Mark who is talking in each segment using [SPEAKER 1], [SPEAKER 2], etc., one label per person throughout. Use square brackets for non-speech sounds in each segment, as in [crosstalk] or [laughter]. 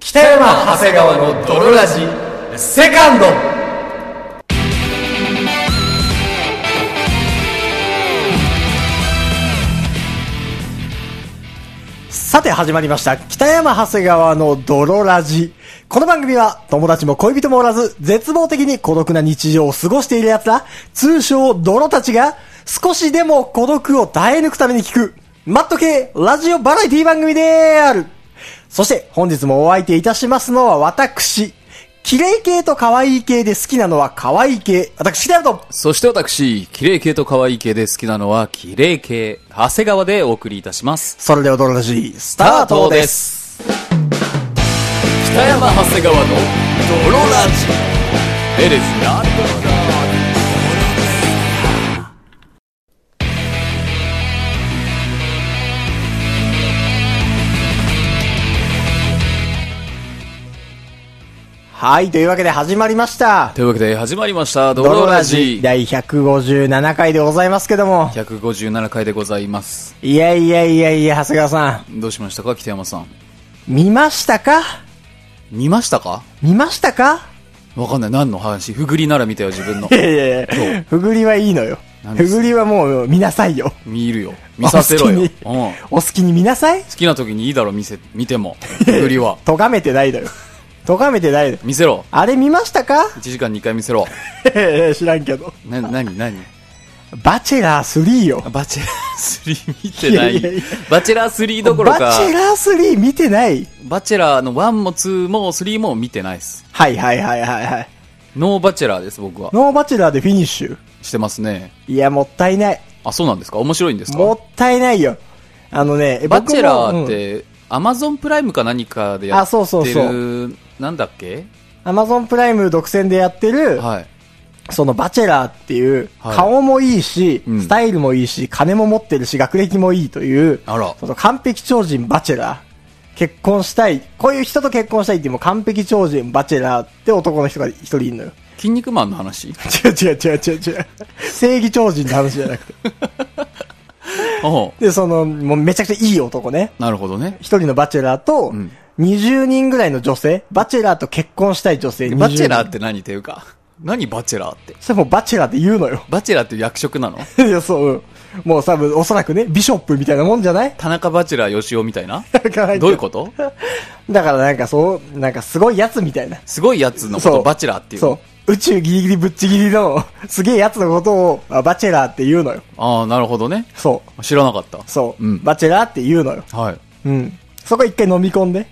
[SPEAKER 1] 北山長谷川の泥ラジセカンドさて始まりました北山長谷川の泥ラジこの番組は友達も恋人もおらず絶望的に孤独な日常を過ごしている奴ら通称泥たちが少しでも孤独を耐え抜くために聞くマット系ラジオバラエティ番組であるそして本日もお相手いたしますのは私。綺麗系と可愛い系で好きなのは可愛い系。私、北山と。
[SPEAKER 2] そして私、綺麗系と可愛い系で好きなのは、綺麗系、長谷川でお送りいたします。
[SPEAKER 1] それではドロラジー、スタートです。
[SPEAKER 2] す。北山長谷川の、泥ラジ。エレスな
[SPEAKER 1] はい、というわけで始まりました。
[SPEAKER 2] というわけで始まりました、
[SPEAKER 1] ドロ
[SPEAKER 2] 泥
[SPEAKER 1] ラ
[SPEAKER 2] ラ
[SPEAKER 1] ジ
[SPEAKER 2] ジ
[SPEAKER 1] ー。。第157回でございますけども。
[SPEAKER 2] 157回でございます。
[SPEAKER 1] いやいやいやいや、長谷川さん。
[SPEAKER 2] どうしましたか、北山さん。
[SPEAKER 1] 見ましたか
[SPEAKER 2] 見ましたか
[SPEAKER 1] 見ましたか
[SPEAKER 2] わかんない。何の話ふぐりなら見たよ、自分の
[SPEAKER 1] [laughs] い。やいやいや、ふぐりはいいのよ。
[SPEAKER 2] 何
[SPEAKER 1] ふ
[SPEAKER 2] です
[SPEAKER 1] ぐりはもう見なさいよ。
[SPEAKER 2] 見るよ。見させろよ。うん。
[SPEAKER 1] お好
[SPEAKER 2] 好
[SPEAKER 1] きにお好きに見なさい。
[SPEAKER 2] きな時にいいだろ、見せ、見ても。ふぐりは
[SPEAKER 1] 咎めてないだよ。咎めてないだよ。
[SPEAKER 2] 見せろ。
[SPEAKER 1] あれ見ましたか
[SPEAKER 2] 1時間2回見せろ。
[SPEAKER 1] ええ知らんけど。
[SPEAKER 2] な、なになに
[SPEAKER 1] バチェラー3よ。
[SPEAKER 2] バチェラー3見てない
[SPEAKER 1] いやいやいや
[SPEAKER 2] バチェラー3どころ
[SPEAKER 1] バ
[SPEAKER 2] か、バ
[SPEAKER 1] チェ
[SPEAKER 2] チ
[SPEAKER 1] ラー3見てない。
[SPEAKER 2] ェラーの1も2も3も見てないです。
[SPEAKER 1] はいはいはいはいはい。
[SPEAKER 2] ノーバチェラーです、僕は。
[SPEAKER 1] ノーバチェラーでフィニッシュ。
[SPEAKER 2] してますね。
[SPEAKER 1] いや、もったいない。
[SPEAKER 2] あ、そうなんですか面白いんです
[SPEAKER 1] も
[SPEAKER 2] か
[SPEAKER 1] ったいないよ。あのね、え
[SPEAKER 2] バチェラーっ、
[SPEAKER 1] 僕も
[SPEAKER 2] て、アマゾンプライムか何かでや
[SPEAKER 1] あそうそ
[SPEAKER 2] っ
[SPEAKER 1] う
[SPEAKER 2] て
[SPEAKER 1] そ
[SPEAKER 2] る、なんだっけ
[SPEAKER 1] うん、Amazon プライム独占でやってる、
[SPEAKER 2] はい。
[SPEAKER 1] そのバチェラーっていう、
[SPEAKER 2] はい
[SPEAKER 1] 顔もいいし、
[SPEAKER 2] うん
[SPEAKER 1] スタイルもいいし、金も持ってるし、学歴もいいという、
[SPEAKER 2] あら
[SPEAKER 1] その完璧超人バチェラー。結婚したい。こういう人と結婚したいってもう完璧超人バチェラーって男の人が一人いるのよ。 [laughs]
[SPEAKER 2] 筋肉マンの話
[SPEAKER 1] 違う違う違う違う違う。正義超人の話じゃなくて。
[SPEAKER 2] おう
[SPEAKER 1] で、その、もうめちゃくちゃいい男ね。
[SPEAKER 2] なるほどね。
[SPEAKER 1] 一人のバチェラーと
[SPEAKER 2] ん、
[SPEAKER 1] 20人ぐらいの女性、バチェラーと結婚したい女性。
[SPEAKER 2] バチェラーってて何っていうか、何バチェラーって。
[SPEAKER 1] それもうバチェラーって言うのよ。 [laughs]
[SPEAKER 2] バチェラーっていう役職なの
[SPEAKER 1] いや、そううん。もう多分、おそらくね、ビショップみたいなもんじゃない
[SPEAKER 2] 田中バチェラー吉尾みたいな
[SPEAKER 1] かない
[SPEAKER 2] どういうこと
[SPEAKER 1] だからなんかそう、なんかすごいやつみたいな。
[SPEAKER 2] すごいやつのことバチェラーっていうの
[SPEAKER 1] そう。宇宙ギリギリぶっちぎりの、 [laughs] すげえやつのことを、あバチェラーって言うのよ。
[SPEAKER 2] ああ、なるほどね。
[SPEAKER 1] そう。
[SPEAKER 2] 知らなかった。
[SPEAKER 1] そう。
[SPEAKER 2] うん。
[SPEAKER 1] バチェラーって言うのよ。
[SPEAKER 2] はい。
[SPEAKER 1] うん。そこ一回飲み込んで。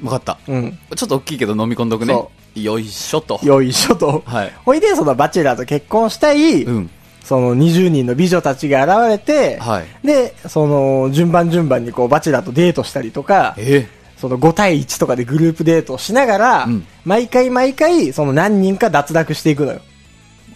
[SPEAKER 2] 分かった。
[SPEAKER 1] うん。
[SPEAKER 2] ちょっと大きいけど飲み込んどくね
[SPEAKER 1] そ。
[SPEAKER 2] よいしょと。
[SPEAKER 1] よいしょと。
[SPEAKER 2] はい
[SPEAKER 1] ほいで、そのバチェラーと結婚したい、
[SPEAKER 2] うん。
[SPEAKER 1] その20人の美女たちが現れて、
[SPEAKER 2] はい
[SPEAKER 1] で、その、順番順番にこう、バチェラーとデートしたりとか、
[SPEAKER 2] ええ
[SPEAKER 1] その5対1とかでグループデートをしながら、
[SPEAKER 2] うん
[SPEAKER 1] 毎回毎回、その何人か脱落していくのよ。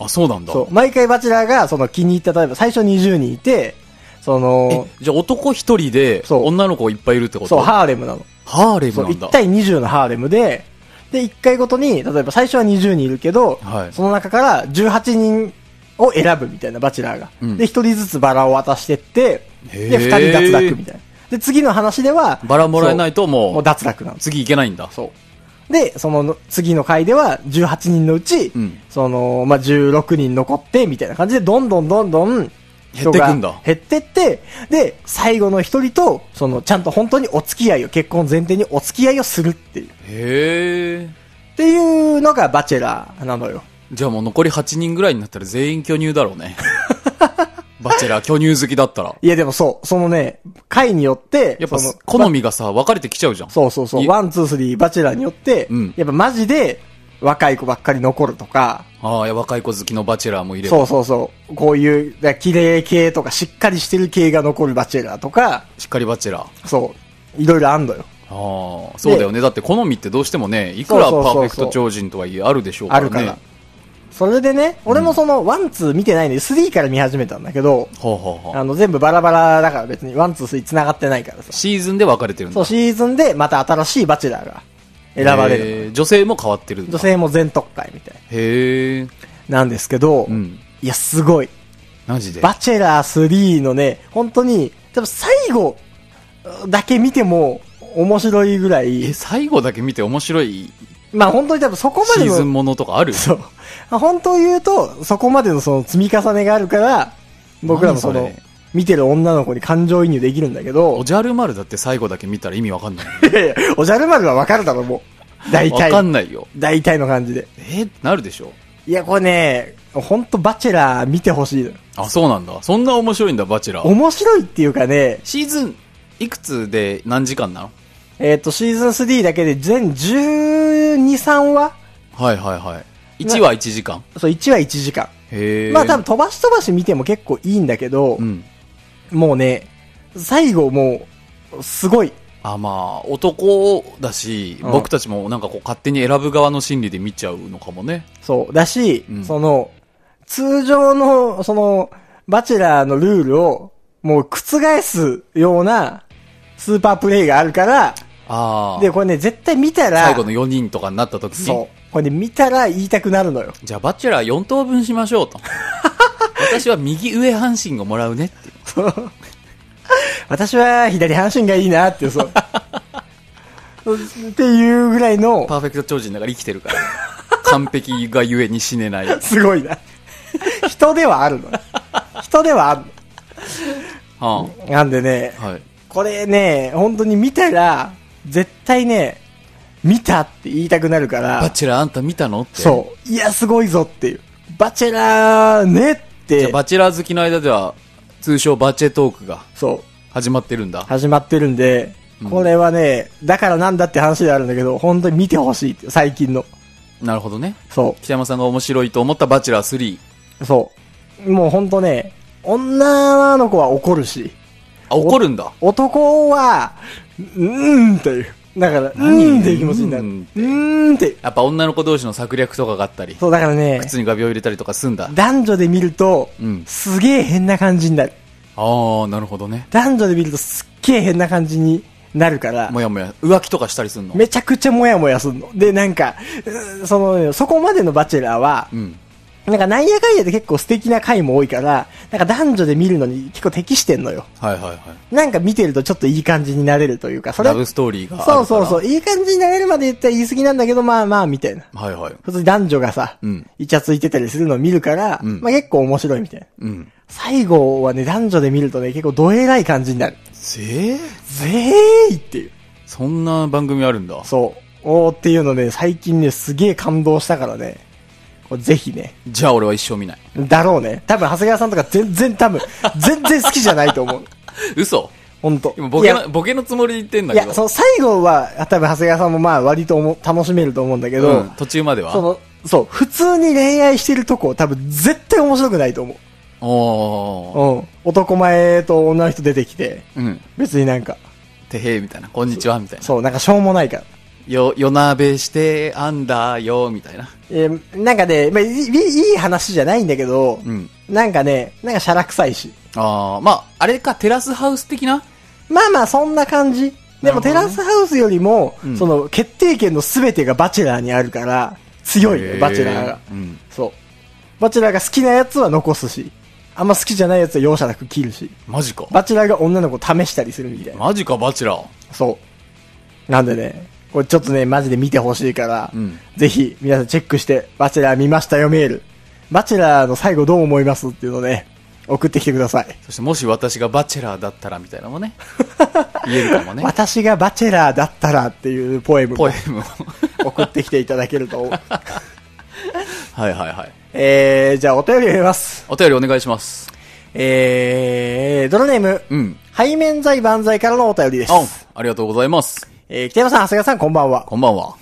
[SPEAKER 2] あ、そうなんだ。
[SPEAKER 1] そう。毎回バチェラーが、その気に入った、例えば最初20人いて、その、
[SPEAKER 2] え、じゃあ男一人で、
[SPEAKER 1] そう
[SPEAKER 2] 女の子いっぱいいるってこと
[SPEAKER 1] そう、ハーレムなの。
[SPEAKER 2] ハーレ
[SPEAKER 1] そ
[SPEAKER 2] ム
[SPEAKER 1] う、
[SPEAKER 2] なんだ
[SPEAKER 1] 1。対20のハーレムで、で、1回ごとに、例えば最初は20人いるけど、
[SPEAKER 2] はい
[SPEAKER 1] その中から18人を選ぶみたいな、バチェラーが。
[SPEAKER 2] うん
[SPEAKER 1] で、1人ずつバラを渡してって、
[SPEAKER 2] へ
[SPEAKER 1] で、
[SPEAKER 2] ー
[SPEAKER 1] 2人脱落みたいな。で、次の話では、
[SPEAKER 2] バラもらえない
[SPEAKER 1] そ
[SPEAKER 2] と
[SPEAKER 1] う、も
[SPEAKER 2] も
[SPEAKER 1] う
[SPEAKER 2] う、
[SPEAKER 1] 脱落なんです。
[SPEAKER 2] 次いけないんだ。
[SPEAKER 1] そう。で、その次の回では18人のうち、
[SPEAKER 2] うん
[SPEAKER 1] その、まあ、16人残って、みたいな感じで、どんどんどんどん、人が
[SPEAKER 2] 減ってくんだ
[SPEAKER 1] 減ってって、で、最後の一人と、その、ちゃんと本当にお付き合いを、結婚前提にお付き合いをするっていう。
[SPEAKER 2] へえ。
[SPEAKER 1] っていうのがバチェラーなのよ。
[SPEAKER 2] じゃあもう残り8人ぐらいになったら全員巨乳だろ
[SPEAKER 1] [laughs]
[SPEAKER 2] うね。バチェラー巨乳好きだったら。
[SPEAKER 1] いやでもそう、そのね、回によって、
[SPEAKER 2] やっぱ
[SPEAKER 1] その、
[SPEAKER 2] 好みがさ、分かれてきちゃうじゃん。
[SPEAKER 1] そうそうそう、
[SPEAKER 2] い
[SPEAKER 1] ワン、ツー、スリー、バチェラーによって、
[SPEAKER 2] うん
[SPEAKER 1] やっぱマジで若い子ばっかり残るとか、
[SPEAKER 2] ああ、いや若い子好きのバチェラーもいれば
[SPEAKER 1] そ。うそうそう、こういう、だから綺麗系とかしっかりしてる系が残るバチェラーとか、
[SPEAKER 2] しっかりバチェラー。
[SPEAKER 1] そう、いろいろあんのよ。
[SPEAKER 2] ああ、そうだよね。だって好みってどうしてもね、いくらパ
[SPEAKER 1] そうそうそうそう
[SPEAKER 2] ーフェクト超人とはいえあるでしょうか
[SPEAKER 1] あ
[SPEAKER 2] らね。
[SPEAKER 1] るから。それでね、俺もその、ワン、ツー見てないんで、スリーから見始めたんだけど、
[SPEAKER 2] ほうほうほう
[SPEAKER 1] あの、全部バラバラだから別に、ワン、ツー、スリー繋がってないからさ。
[SPEAKER 2] シーズンで分かれてるんだ。
[SPEAKER 1] そう、シーズンでまた新しいバチェラーが選ばれるの。
[SPEAKER 2] へー女性も変わってるんだ。
[SPEAKER 1] 女性も全特会みたい
[SPEAKER 2] へえ。
[SPEAKER 1] なんですけど、
[SPEAKER 2] うん
[SPEAKER 1] いや、すごい。
[SPEAKER 2] マジで。
[SPEAKER 1] バチェラー3のね、本当に、多分最後だけ見ても、面白いぐらい
[SPEAKER 2] え、最後だけ見て面白い
[SPEAKER 1] まあ本当に多分そこま
[SPEAKER 2] シ
[SPEAKER 1] で
[SPEAKER 2] ーズ
[SPEAKER 1] の、
[SPEAKER 2] ンものとかある
[SPEAKER 1] そう。まあ本当を言うと、そこまでのその積み重ねがあるから、僕らもそ
[SPEAKER 2] 何
[SPEAKER 1] の
[SPEAKER 2] それ、
[SPEAKER 1] 見てる女の子に感情移入できるんだけ
[SPEAKER 2] お
[SPEAKER 1] ど、 [laughs]
[SPEAKER 2] じゃる丸だって最後だけ見たら意味わかんない。
[SPEAKER 1] いやいやおじゃる丸はわかるだろ、もう。大
[SPEAKER 2] わかん
[SPEAKER 1] 体。
[SPEAKER 2] ないよ。
[SPEAKER 1] 大体の感じで。
[SPEAKER 2] えーなるでしょ
[SPEAKER 1] いや、これね、ほんとバチェラー見てほしいのよ。
[SPEAKER 2] あ、そうなんだ。そんな面白いんだ、バチェラー。
[SPEAKER 1] 面白いっていうかね、
[SPEAKER 2] シーズン、いくつで何時間なの
[SPEAKER 1] えっ、と、シーズン3だけで全12、3話
[SPEAKER 2] はいはいはい。1は1時間。
[SPEAKER 1] そう、1話1時間。
[SPEAKER 2] へえ。
[SPEAKER 1] まあ多分飛ばし飛ばし見ても結構いいんだけど、
[SPEAKER 2] うん。
[SPEAKER 1] もうね、最後もう、すごい。
[SPEAKER 2] あ、まあ、男だし、
[SPEAKER 1] うん
[SPEAKER 2] 僕たちもなんかこう勝手に選ぶ側の心理で見ちゃうのかもね。
[SPEAKER 1] そう。だし、
[SPEAKER 2] うん
[SPEAKER 1] その、通常の、その、バチェラーのルールを、もう覆すような、スーパープレイがあるから、
[SPEAKER 2] ああ。
[SPEAKER 1] で、これね、絶対見たら、
[SPEAKER 2] 最後の4人とかになった時に。
[SPEAKER 1] そう。これね、見たら言いたくなるのよ。 [laughs]
[SPEAKER 2] じゃあ、バチェラー4等分しましょうと。私は右上半身をもらうねっていう。
[SPEAKER 1] 私は左半身がいいなって、そう。っていうぐらいの、
[SPEAKER 2] パーフェクト超人だから生きてる
[SPEAKER 1] [laughs]
[SPEAKER 2] から。完璧がゆえに死ねない。は
[SPEAKER 1] すごいな。人ではあるのよ。人ではある
[SPEAKER 2] あ、
[SPEAKER 1] の。なんでね、
[SPEAKER 2] はい。
[SPEAKER 1] これね、本当に見たら、絶対ね、見たって言いたくなるか
[SPEAKER 2] バ
[SPEAKER 1] ら、
[SPEAKER 2] チェラーあんた見たのって。
[SPEAKER 1] そう。いや、すごいぞっていう。バチェラーねっ
[SPEAKER 2] じゃあ
[SPEAKER 1] て、
[SPEAKER 2] バチェラー好きの間では、通称バチェトークが
[SPEAKER 1] そう、
[SPEAKER 2] 始まってるんだ。
[SPEAKER 1] 始まってるんで、
[SPEAKER 2] うん
[SPEAKER 1] これはね、だからなんだって話であるんだけど、本当に見てほしいって、最近の。
[SPEAKER 2] なるほどね。
[SPEAKER 1] そ
[SPEAKER 2] 北山さんが面白いと思ったバチェラー3。
[SPEAKER 1] う、そう。もう本当ね、女の子は怒るし、
[SPEAKER 2] あ、怒るんだ。
[SPEAKER 1] 男は、うーんっていう。だから、うーんっていう気持ちになる。
[SPEAKER 2] う
[SPEAKER 1] う
[SPEAKER 2] ーんって
[SPEAKER 1] ーんっていう。
[SPEAKER 2] やっぱ女の子同士の策略とかがあったり、
[SPEAKER 1] そう、だからね、
[SPEAKER 2] 靴に画鋲入れたりとかすんだ。
[SPEAKER 1] 男女で見ると、
[SPEAKER 2] うん
[SPEAKER 1] すげえ変な感じになる。
[SPEAKER 2] ああ、なるほどね。
[SPEAKER 1] 男女で見るとすっげえ変な感じになるから、
[SPEAKER 2] もやもや、浮気とかしたりすんの
[SPEAKER 1] めちゃくちゃモヤモヤするの。で、なんか、うーその、そこまでのバチェラーは
[SPEAKER 2] う、ん。
[SPEAKER 1] なんかなんやかんやで結構素敵な回も多いから、なんか男女で見るのに結構適してんのよ。
[SPEAKER 2] はいはいはい。
[SPEAKER 1] なんか見てるとちょっといい感じになれるというか、それ
[SPEAKER 2] ラ、ブストーリーがあるから。
[SPEAKER 1] そうそうそう、いい感じになれるまで言ったら言い過ぎなんだけど、まあまあ、みたいな。
[SPEAKER 2] はいはい。
[SPEAKER 1] 普通に男女がさ、
[SPEAKER 2] うん
[SPEAKER 1] イチャついてたりするのを見るから、
[SPEAKER 2] うん
[SPEAKER 1] まあ結構面白いみたいな。
[SPEAKER 2] うん。
[SPEAKER 1] 最後はね、男女で見るとね、結構どえらい感じになる。
[SPEAKER 2] ええ
[SPEAKER 1] ぜーいっていう。
[SPEAKER 2] そんな番組あるんだ。
[SPEAKER 1] そう。おーっていうのね、最近ね、すげえ感動したからね。これぜひね。
[SPEAKER 2] じゃあ俺は一生見ない。 [laughs]
[SPEAKER 1] だろうね。多分、長谷川さんとか全然多分、全然好きじゃないと思う。
[SPEAKER 2] 嘘
[SPEAKER 1] ほんと。
[SPEAKER 2] 今ボ
[SPEAKER 1] い
[SPEAKER 2] ケ
[SPEAKER 1] や
[SPEAKER 2] の、ボケのつもりで言ってんだ
[SPEAKER 1] い
[SPEAKER 2] けど。
[SPEAKER 1] や、その最後は、多分、長谷川さんもまあ、割とおも楽しめると思うんだけど、
[SPEAKER 2] うん、途中まで
[SPEAKER 1] そ
[SPEAKER 2] は。
[SPEAKER 1] の、そう、普通に恋愛してるとこ、多分、絶対面白くないと思う。
[SPEAKER 2] おー。
[SPEAKER 1] うん。男前と女の人出てきて、
[SPEAKER 2] うん。
[SPEAKER 1] 別になんか、
[SPEAKER 2] てへーみたいな。こんにちは、みたいな。
[SPEAKER 1] そう、なんかしょうもないから。
[SPEAKER 2] よ、夜なべして、あんだよ、みたいな。
[SPEAKER 1] えーなんかね、まあいい、いい話じゃないんだけど、
[SPEAKER 2] うん
[SPEAKER 1] なんかね、なんかシャラ臭いし。
[SPEAKER 2] ああ、まあ、あれか、テラスハウス的な
[SPEAKER 1] まあまあ、そんな感じ。でも、
[SPEAKER 2] なるほど
[SPEAKER 1] テ
[SPEAKER 2] ね
[SPEAKER 1] ラスハウスよりも、
[SPEAKER 2] うん
[SPEAKER 1] その、決定権の全てがバチェラーにあるから、強いの
[SPEAKER 2] へ
[SPEAKER 1] よ、
[SPEAKER 2] ー
[SPEAKER 1] バチェラーが。
[SPEAKER 2] うん
[SPEAKER 1] そう。バチェラーが好きなやつは残すし、あんま好きじゃないやつは容赦なく切るし、
[SPEAKER 2] マジか。
[SPEAKER 1] バチェラーが女の子を試したりするみたいな。
[SPEAKER 2] マジか、バチェラー。
[SPEAKER 1] そう。なんでね、これちょっとね、マジで見てほしいから、
[SPEAKER 2] うん
[SPEAKER 1] ぜひ皆さんチェックして、バチェラー見ましたよメール。バチェラーの最後どう思いますっていうのをね、送ってきてください。
[SPEAKER 2] そして、もし私がバチェラーだったら、みたいなの
[SPEAKER 1] [laughs]
[SPEAKER 2] もね。言えるかもね。
[SPEAKER 1] 私がバチェラーだったらっていうポエム
[SPEAKER 2] ポ
[SPEAKER 1] を
[SPEAKER 2] エムを。
[SPEAKER 1] 送ってきていただけると。
[SPEAKER 2] はいはいはい。
[SPEAKER 1] [laughs] えー、じゃあお便りを読みます。
[SPEAKER 2] お便りお願いします。
[SPEAKER 1] えー、ドロネーム、
[SPEAKER 2] うん。
[SPEAKER 1] 背面剤万歳からのお便りです
[SPEAKER 2] あ。ん、ありがとうございます。
[SPEAKER 1] えー、北山さん、長谷川さん、こんばんは。
[SPEAKER 2] こんばんは。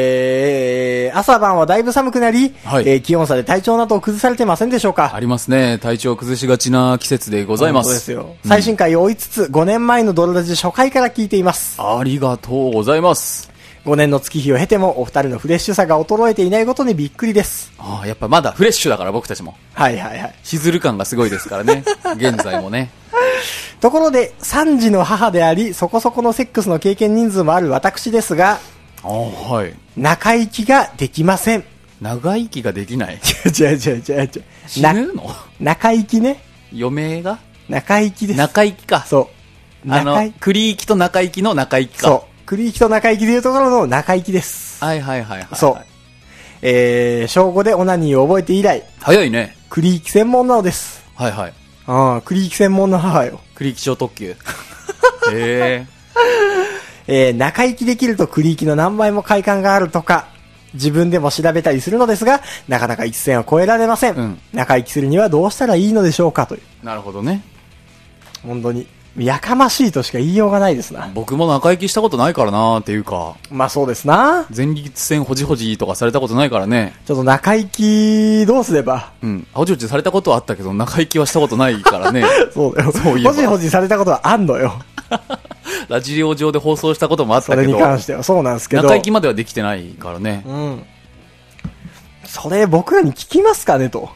[SPEAKER 1] えー、朝晩はだいぶ寒くなり、
[SPEAKER 2] はい
[SPEAKER 1] えー気温差で体調などを崩されてませんでしょうか
[SPEAKER 2] ありますね。体調崩しがちな季節でございま
[SPEAKER 1] そう
[SPEAKER 2] す。
[SPEAKER 1] ですよ。最新回を追いつつ、5年前のドロラジ初回から聞いています。
[SPEAKER 2] ありがとうございます。
[SPEAKER 1] 5年の月日を経ても、お二人のフレッシュさが衰えていないことにびっくりです。
[SPEAKER 2] ああ、やっぱまだフレッシュだから僕たちも。
[SPEAKER 1] はいはいはい。
[SPEAKER 2] しずる感がすごいですか
[SPEAKER 1] [laughs]
[SPEAKER 2] らね。現在もね。
[SPEAKER 1] ところで、3児の母であり、そこそこのセックスの経験人数もある私ですが、
[SPEAKER 2] ああ、はい。
[SPEAKER 1] 中行きができません。
[SPEAKER 2] 長生きができない。
[SPEAKER 1] 違う違う違う違う
[SPEAKER 2] 死
[SPEAKER 1] な
[SPEAKER 2] ぬの
[SPEAKER 1] 中行きね。
[SPEAKER 2] 余命が
[SPEAKER 1] [laughs] 中行きです。
[SPEAKER 2] 中行きか。
[SPEAKER 1] そう。
[SPEAKER 2] あ
[SPEAKER 1] 中
[SPEAKER 2] の
[SPEAKER 1] 井、
[SPEAKER 2] 栗行きと中行きの中行きか。
[SPEAKER 1] そう。栗行きと中行きでいうところの中行きです。
[SPEAKER 2] はいはいはいはい。
[SPEAKER 1] そう。えー、小5でオナニーを覚えて以来、
[SPEAKER 2] 早いね。
[SPEAKER 1] 栗行き専門なのです。
[SPEAKER 2] はいはい。
[SPEAKER 1] うん、栗行き専門の母よ。
[SPEAKER 2] 栗行き超特急。 [laughs] へえ。
[SPEAKER 1] えー、中行きできると栗行きの何倍も快感があるとか、自分でも調べたりするのですが、なかなか一線は越えられません。
[SPEAKER 2] うん
[SPEAKER 1] 中行きするにはどうしたらいいのでしょうかという。
[SPEAKER 2] なるほどね。
[SPEAKER 1] 本当に。やかましいとしか言いようがないですな。
[SPEAKER 2] 僕も中行きしたことないからなっていうか、
[SPEAKER 1] まあそうですな。
[SPEAKER 2] 前立腺ほじほじとかされたことないからね。
[SPEAKER 1] ちょっと中行き、どうすれば。
[SPEAKER 2] うん。ほじほじされたことはあったけど、中行きはしたことないから [laughs] ね。
[SPEAKER 1] そうだよ。
[SPEAKER 2] そういえば
[SPEAKER 1] ほじほじされたことはあんのよ。
[SPEAKER 2] ラジオ上で放送したこともあっ
[SPEAKER 1] そ
[SPEAKER 2] たけ
[SPEAKER 1] れに
[SPEAKER 2] ど、
[SPEAKER 1] 関しては。そうなんですけど。
[SPEAKER 2] 中行きまではできてないからね。
[SPEAKER 1] うん。それ僕らに聞きますかねと。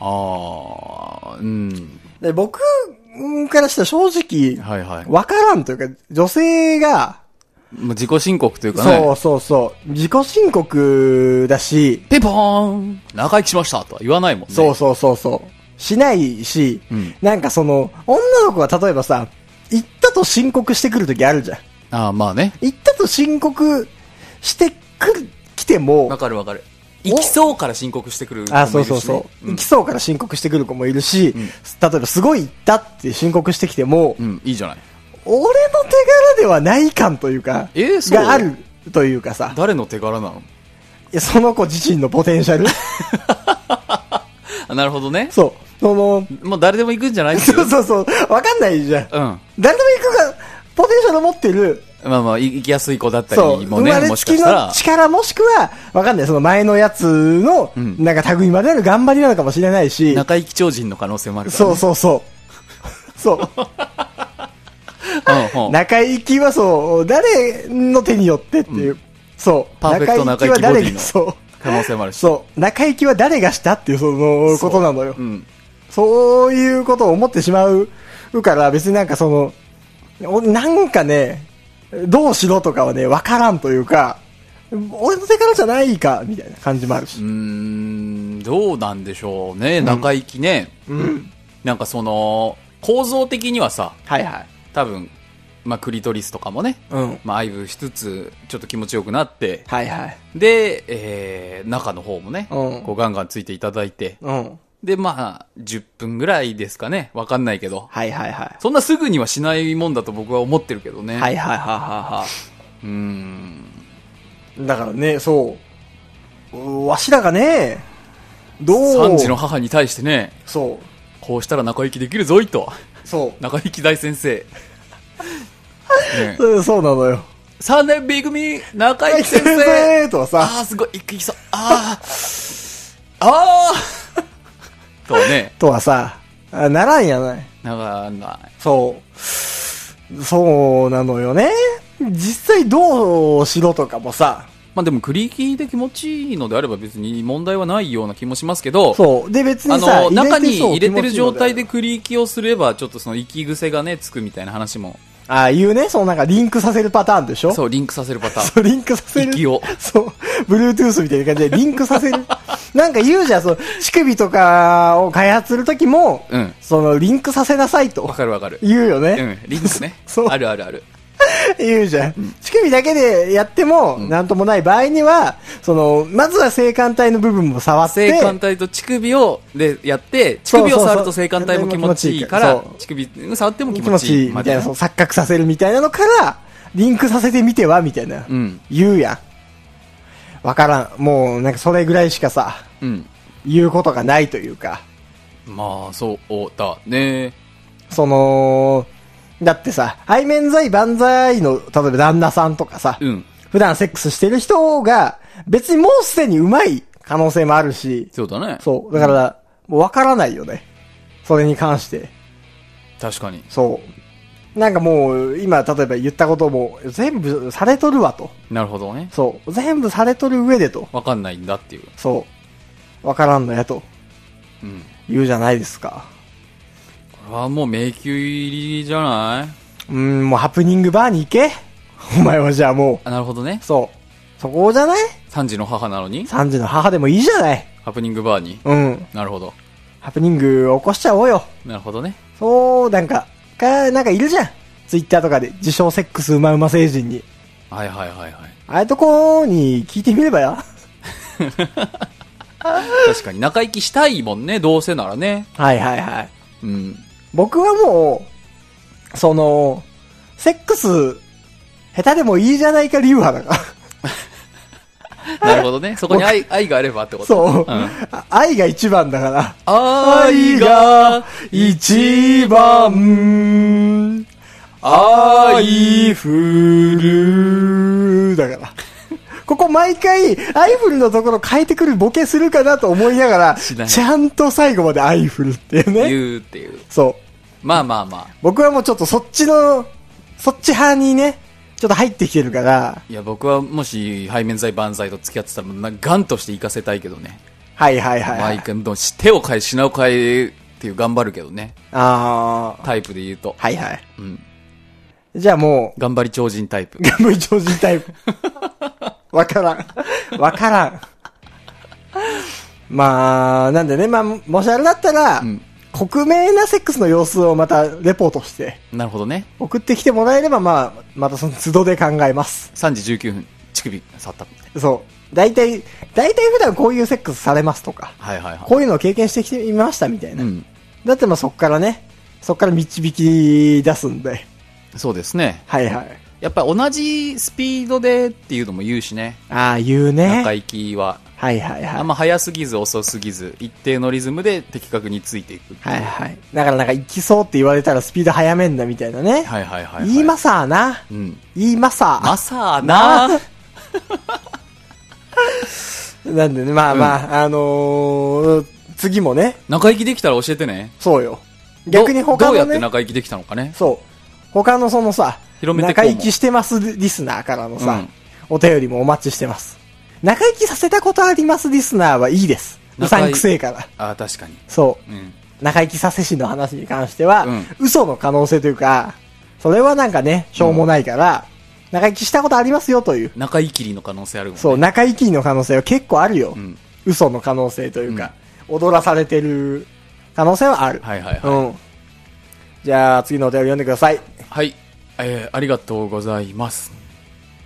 [SPEAKER 2] ああ、うん。
[SPEAKER 1] で僕からしたら正直、
[SPEAKER 2] はいはい。
[SPEAKER 1] わからんというか、女性が、
[SPEAKER 2] まあ自己申告というかね。
[SPEAKER 1] そうそうそう、自己申告だし、
[SPEAKER 2] ピンポーン中行きしましたとは言わないもんね。
[SPEAKER 1] そうそうそうそう、しないし、
[SPEAKER 2] うん
[SPEAKER 1] なんかその、女の子が例えばさ、行ったと申告してくるときあるじゃん。
[SPEAKER 2] ああ、まあね。
[SPEAKER 1] 行ったと申告してくる、来て
[SPEAKER 2] わ
[SPEAKER 1] も、
[SPEAKER 2] かるわかる。
[SPEAKER 1] お
[SPEAKER 2] 行きそうから申告してくる子もい
[SPEAKER 1] あ、
[SPEAKER 2] るし、
[SPEAKER 1] そ
[SPEAKER 2] ね。
[SPEAKER 1] うそうそう、
[SPEAKER 2] ん
[SPEAKER 1] 行きそうから申告してくる子もいるし、
[SPEAKER 2] うん
[SPEAKER 1] 例えばすごい行ったって申告してきても、
[SPEAKER 2] うん、いいじゃない。
[SPEAKER 1] 俺の手柄ではない感というか、
[SPEAKER 2] えーそう
[SPEAKER 1] があるというかさ、
[SPEAKER 2] 誰の手柄なの [laughs]
[SPEAKER 1] いやその子自身のポテンシャル
[SPEAKER 2] あなるほどね。
[SPEAKER 1] そう。その、
[SPEAKER 2] もう誰でも行くんじゃないですよ。
[SPEAKER 1] そうそうそう、わかんないじゃん。
[SPEAKER 2] うん。ま
[SPEAKER 1] 誰でも行くが、ポテンシャルを持ってる、
[SPEAKER 2] あまあ、い行きやすい子だった
[SPEAKER 1] そう、
[SPEAKER 2] りも
[SPEAKER 1] 生
[SPEAKER 2] ね
[SPEAKER 1] ま、れ
[SPEAKER 2] も
[SPEAKER 1] つ
[SPEAKER 2] しか
[SPEAKER 1] き
[SPEAKER 2] した
[SPEAKER 1] の
[SPEAKER 2] ら。
[SPEAKER 1] 力もしくは、わかんない、その前のやつの、
[SPEAKER 2] うん
[SPEAKER 1] なんか類まである頑張りなのかもしれないし、
[SPEAKER 2] 中行き超人の可能性もあるから、
[SPEAKER 1] そ
[SPEAKER 2] ね。
[SPEAKER 1] うそうそう。 [laughs]
[SPEAKER 2] [laughs]
[SPEAKER 1] そう。 [laughs]
[SPEAKER 2] うんうん
[SPEAKER 1] 中行きはそう、誰の手によってっていう。そう。
[SPEAKER 2] パーフェクト
[SPEAKER 1] 中行きは誰
[SPEAKER 2] 中行きボディ
[SPEAKER 1] が、
[SPEAKER 2] の
[SPEAKER 1] そう。
[SPEAKER 2] 可能性もあるし。
[SPEAKER 1] そう。中行きは誰がしたっていう、その、ことなのよ。
[SPEAKER 2] うん。
[SPEAKER 1] そういうことを思ってしまうから、別になんかその、おなんかね、どうしろとかはね、わからんというか、俺の手からじゃないか、みたいな感じもある
[SPEAKER 2] う
[SPEAKER 1] し。
[SPEAKER 2] ーん、どうなんでしょうね、中行きね。なんかその、構造的にはさ、
[SPEAKER 1] はいはい。
[SPEAKER 2] 多分、まあ、クリトリスとかもね、
[SPEAKER 1] うん。
[SPEAKER 2] まあ、愛撫しつつ、ちょっと気持ちよくなって、
[SPEAKER 1] はいはい。
[SPEAKER 2] で、えー、中の方もね、
[SPEAKER 1] うん
[SPEAKER 2] こうガンガンついていただいて、
[SPEAKER 1] うん。
[SPEAKER 2] で、まあ、10分ぐらいですかね、わかんないけど、
[SPEAKER 1] はいはいはい。
[SPEAKER 2] そんなすぐにはしないもんだと僕は思ってるけどね。
[SPEAKER 1] はいはいはいは
[SPEAKER 2] うーん。
[SPEAKER 1] いはい。だからね、そうう。わしらがね、どう、
[SPEAKER 2] 三児の母に対してね、
[SPEAKER 1] そう。
[SPEAKER 2] こうしたら中行きできるぞいと、
[SPEAKER 1] そう。
[SPEAKER 2] 中行き大
[SPEAKER 1] [laughs]
[SPEAKER 2] 先生。ね
[SPEAKER 1] うんそうなのよ。
[SPEAKER 2] 三年 B 組、中
[SPEAKER 1] はい、
[SPEAKER 2] 井
[SPEAKER 1] 先
[SPEAKER 2] 先生
[SPEAKER 1] 生とはさ、
[SPEAKER 2] ああ、すごい、行きそう。ああ、ああとね、
[SPEAKER 1] とはさ、あならんやない。
[SPEAKER 2] なんか、
[SPEAKER 1] そう。そうなのよね。実際どうしろとかもさ。
[SPEAKER 2] まあでも、クリーキーで気持ちいいのであれば別に問題はないような気もしますけど、
[SPEAKER 1] そう。で、別
[SPEAKER 2] あ
[SPEAKER 1] にさ、
[SPEAKER 2] の、中に
[SPEAKER 1] そう
[SPEAKER 2] 入れてる
[SPEAKER 1] 気持ちいいの
[SPEAKER 2] 状態
[SPEAKER 1] で
[SPEAKER 2] でクリーキーをすれば、ちょっとその息癖がね、つくみたいな話も、
[SPEAKER 1] ああいうね、そのなんかリンクさせるパターンでしょ
[SPEAKER 2] そう、リンクさせるパターン。
[SPEAKER 1] そうリンクさせる。
[SPEAKER 2] 息を
[SPEAKER 1] そう。Bluetooth みたいな感じでリンクさせる。
[SPEAKER 2] [laughs]
[SPEAKER 1] なんか言うじゃん、その、乳首とかを開発するときも、
[SPEAKER 2] うん
[SPEAKER 1] その、リンクさせなさい
[SPEAKER 2] わ
[SPEAKER 1] と
[SPEAKER 2] かるわかる。
[SPEAKER 1] 言うよ
[SPEAKER 2] う
[SPEAKER 1] ね。
[SPEAKER 2] ん、リンクね
[SPEAKER 1] そう。
[SPEAKER 2] あるあるある。
[SPEAKER 1] [laughs] 言うじゃん。乳首だけでやっても、なんともない場合には、その、まずは性感帯の部分も触って、
[SPEAKER 2] 性感帯と乳首を、で、やって、乳
[SPEAKER 1] そうそう
[SPEAKER 2] 首
[SPEAKER 1] そう
[SPEAKER 2] を触ると性感帯も気持ちいいか
[SPEAKER 1] そ
[SPEAKER 2] ら
[SPEAKER 1] う、
[SPEAKER 2] 乳首触っても気
[SPEAKER 1] 気
[SPEAKER 2] 持
[SPEAKER 1] 持
[SPEAKER 2] ち
[SPEAKER 1] ち
[SPEAKER 2] い
[SPEAKER 1] い
[SPEAKER 2] い
[SPEAKER 1] い
[SPEAKER 2] ま
[SPEAKER 1] み
[SPEAKER 2] で。
[SPEAKER 1] たいな、その錯覚させるみたいなのから、リンクさせてみてはみたいな、
[SPEAKER 2] うん
[SPEAKER 1] 言うやん。わからん。もう、なんかそれぐらいしかさ、
[SPEAKER 2] うん。
[SPEAKER 1] 言うことがないというか、
[SPEAKER 2] まあ、そうだね。
[SPEAKER 1] その、だってさ、背面罪万歳の、例えば旦那さんとかさ、
[SPEAKER 2] うん。
[SPEAKER 1] 普段セックスしてる人が、別にもうすでにうまい可能性もあるし、
[SPEAKER 2] そうだね。
[SPEAKER 1] そう、だから、もうわからないよね。それに関して。
[SPEAKER 2] 確かに。
[SPEAKER 1] そう。なんかもう、今、例えば言ったことも、全部されとるわと。
[SPEAKER 2] なるほどね。
[SPEAKER 1] そう。全部されとる上でと。
[SPEAKER 2] わかんないんだっていう。
[SPEAKER 1] そう。わからんのやと。
[SPEAKER 2] うん。
[SPEAKER 1] 言うじゃないですか。
[SPEAKER 2] これはもう迷宮入りじゃないう
[SPEAKER 1] ーん、もうハプニングバーに行け。お前はじゃあも
[SPEAKER 2] あなるほどね
[SPEAKER 1] う。。そう。そこじゃない
[SPEAKER 2] 3児の母なのに、
[SPEAKER 1] 三時の母でもいいじゃない。
[SPEAKER 2] ハプニングバーに。
[SPEAKER 1] うん。
[SPEAKER 2] なるほど。
[SPEAKER 1] ハプニング起こしちゃおうよ。
[SPEAKER 2] なるほどね。
[SPEAKER 1] そう、なんか、か、なんかいるじゃん。ツイッターとかで自称セックスうまうま成人に。
[SPEAKER 2] はいはいはいはい。
[SPEAKER 1] ああいうとこに聞いてみればや。
[SPEAKER 2] 確かに仲良きしたいもんね、どうせならね。
[SPEAKER 1] はいはいはい。
[SPEAKER 2] うん。
[SPEAKER 1] 僕はもう、その、セックス、下手でもいいじゃないか理由派だか
[SPEAKER 2] なるほどね。そこ
[SPEAKER 1] [laughs]
[SPEAKER 2] に愛愛があればってこ
[SPEAKER 1] ら。
[SPEAKER 2] と。
[SPEAKER 1] そう、
[SPEAKER 2] ん
[SPEAKER 1] あ愛が一番だから。
[SPEAKER 2] 愛が一
[SPEAKER 1] 番、
[SPEAKER 2] 番。愛
[SPEAKER 1] フルだから。ここ毎回、アイフルのところ変えてくるボケするかなと思いながら、
[SPEAKER 2] しない
[SPEAKER 1] ちゃんと最後までアイフルっていうね。
[SPEAKER 2] 言うっていう。
[SPEAKER 1] そう。
[SPEAKER 2] まあまあまあ。
[SPEAKER 1] 僕はもうちょっとそっちの、そっち派にね、ちょっと入ってきてるから、
[SPEAKER 2] いや、僕はもし、背面剤万歳と付き合ってたら、なガンとして行かせたいけどね。
[SPEAKER 1] はいはいはい、は
[SPEAKER 2] 毎
[SPEAKER 1] い。
[SPEAKER 2] 回、どうし手を変え、品を変えっていう頑張るけどね。
[SPEAKER 1] あー。
[SPEAKER 2] タイプで言うと。
[SPEAKER 1] はいはい。
[SPEAKER 2] うん。
[SPEAKER 1] じゃあもう、
[SPEAKER 2] 頑張り超人タイプ。
[SPEAKER 1] ガムイ超人タイ
[SPEAKER 2] [laughs]
[SPEAKER 1] プ。わからん。わからん。まあ、なんでね、まあ、もしあれだったら、
[SPEAKER 2] うん
[SPEAKER 1] 克明なセックスの様子をまたレポートして、
[SPEAKER 2] なるほどね。
[SPEAKER 1] 送ってきてもらえれば、まあ、またその都度で考えます。
[SPEAKER 2] 3時19分、乳首触った。
[SPEAKER 1] そう。大体、大体普段こういうセックスされますとか、
[SPEAKER 2] はいはいは
[SPEAKER 1] こういうのを経験してきてみましたみたい
[SPEAKER 2] い。
[SPEAKER 1] な。
[SPEAKER 2] うん。
[SPEAKER 1] だってまあそっからね、そっから導き出すんで。
[SPEAKER 2] そうですね。
[SPEAKER 1] はいはい。
[SPEAKER 2] やっぱり同じスピードでっていうのも言うしね。
[SPEAKER 1] ああ、言うね。
[SPEAKER 2] 中行きは。
[SPEAKER 1] はいはいはい。
[SPEAKER 2] あんま早すぎず遅すぎず、一定のリズムで的確についていく。
[SPEAKER 1] はいはい。だからなんか行きそうって言われたらスピード早めんだみたいなね。
[SPEAKER 2] はいはいはい、はい。
[SPEAKER 1] 言いまさーな。
[SPEAKER 2] うん。
[SPEAKER 1] 言いまさー
[SPEAKER 2] まさあな
[SPEAKER 1] な [laughs] なんでね、まあまあ、あのー、次もね、
[SPEAKER 2] 中行きできたら教えてね。
[SPEAKER 1] そうよ。逆に
[SPEAKER 2] ど
[SPEAKER 1] 他
[SPEAKER 2] うや
[SPEAKER 1] の
[SPEAKER 2] って
[SPEAKER 1] ね、
[SPEAKER 2] 中行きできたのかね。
[SPEAKER 1] そう。他のそのさ、
[SPEAKER 2] 広めてこ
[SPEAKER 1] 中
[SPEAKER 2] うも
[SPEAKER 1] 行きしてますリスナーからのさ、
[SPEAKER 2] うん
[SPEAKER 1] お便りもお待ちしてます。中行きさせたことありますリスナーはいいです。う
[SPEAKER 2] 中
[SPEAKER 1] さ
[SPEAKER 2] 行
[SPEAKER 1] んくせえから。
[SPEAKER 2] ああ、確かに。
[SPEAKER 1] そう。
[SPEAKER 2] うん。
[SPEAKER 1] 中行きさせしの話に関しては、
[SPEAKER 2] うん
[SPEAKER 1] 嘘の可能性というか、それはなんかね、しょうもないから、中行きしたことありますよという。
[SPEAKER 2] 中行きりの可能性あるもんね。
[SPEAKER 1] そう、中行きの可能性は結構あるよ。
[SPEAKER 2] うん。
[SPEAKER 1] 嘘の可能性というか、踊らされてる可能性はある。
[SPEAKER 2] はいはいはい。
[SPEAKER 1] うん。じゃあ、次のお便り読んでください。
[SPEAKER 2] はい。えー、ありがとうございます。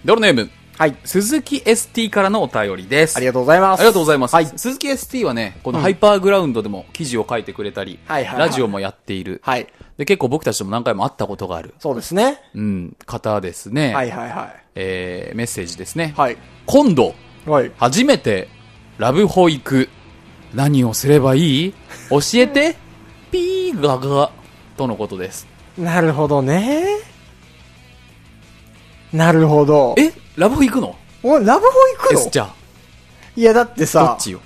[SPEAKER 2] ドロネーム、
[SPEAKER 1] はい。
[SPEAKER 2] 鈴木 ST からのお便りです。
[SPEAKER 1] ありがとうございます。
[SPEAKER 2] ありがとうございます。
[SPEAKER 1] はい。
[SPEAKER 2] 鈴木 ST はね、このハイパーグラウンドでも記事を書いてくれたり、
[SPEAKER 1] はいはいはい
[SPEAKER 2] ラジオもやっている、
[SPEAKER 1] はい。
[SPEAKER 2] で。結構僕たちとも何回も会ったことがある、
[SPEAKER 1] そうですね。
[SPEAKER 2] うん、方ですね。
[SPEAKER 1] はいはいはい。
[SPEAKER 2] えー、メッセージですね。
[SPEAKER 1] はい。
[SPEAKER 2] 今度、
[SPEAKER 1] はい。
[SPEAKER 2] 初めて、ラブホ行く。何をすればいい教
[SPEAKER 1] [laughs]
[SPEAKER 2] えて、ピーガガ、とのことです。
[SPEAKER 1] なるほどね。なるほど。
[SPEAKER 2] えラブホ行くの
[SPEAKER 1] おいラブホ行く
[SPEAKER 2] で
[SPEAKER 1] の
[SPEAKER 2] すじゃ
[SPEAKER 1] いや、だって
[SPEAKER 2] あ、ど
[SPEAKER 1] さ
[SPEAKER 2] っ、ちよ。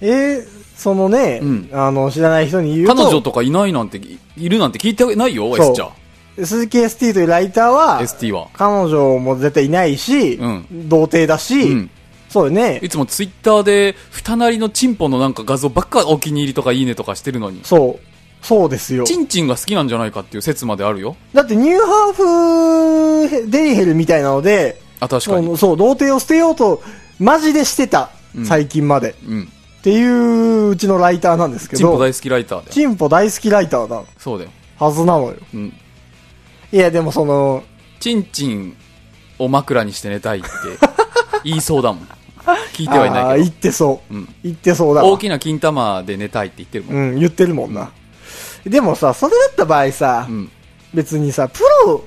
[SPEAKER 1] えーそのね、
[SPEAKER 2] うん
[SPEAKER 1] あの、知らない人に言うと、
[SPEAKER 2] 彼女とかいないなんて、いいるなんて聞いてないよ、
[SPEAKER 1] そう
[SPEAKER 2] S ちゃん。
[SPEAKER 1] 鈴木 ST というライターは、
[SPEAKER 2] ST は。
[SPEAKER 1] 彼女も絶対いないし、
[SPEAKER 2] うん
[SPEAKER 1] 童貞だし、
[SPEAKER 2] うん。
[SPEAKER 1] そうよね
[SPEAKER 2] い、つもツイッターで、ふたなりのチンポのなんか画像ばっかお気に入りとかいいねとかしてるのに、
[SPEAKER 1] そう、そうですよ。
[SPEAKER 2] チンチンが好きなんじゃないかっていう説まであるよ。
[SPEAKER 1] だってニューハーフデリヘルみたいなので、
[SPEAKER 2] あ、確か
[SPEAKER 1] そ
[SPEAKER 2] に。
[SPEAKER 1] う、そう童貞を捨てようと、マジでしてた、
[SPEAKER 2] うん
[SPEAKER 1] 最近まで。っ
[SPEAKER 2] うん。
[SPEAKER 1] ていううちのライターなんですけ
[SPEAKER 2] チンポ
[SPEAKER 1] ど、
[SPEAKER 2] 大好きライターだよ。
[SPEAKER 1] チンポ大好きライターだ、
[SPEAKER 2] そうだよ。
[SPEAKER 1] はずなのよ。
[SPEAKER 2] うん。
[SPEAKER 1] いや、でもその、
[SPEAKER 2] チンチンを枕にして
[SPEAKER 1] [laughs]
[SPEAKER 2] 寝たいって言いそうだもん。聞いてはい
[SPEAKER 1] あ
[SPEAKER 2] な
[SPEAKER 1] ー
[SPEAKER 2] いけ
[SPEAKER 1] 言ってそう。
[SPEAKER 2] ど。うん。
[SPEAKER 1] 言ってそうだわ
[SPEAKER 2] 大きな金玉で寝たいって言ってるもん。
[SPEAKER 1] うん、言ってるもんな。でもさ、それだった場合さ、
[SPEAKER 2] うん。
[SPEAKER 1] 別にさ、プロ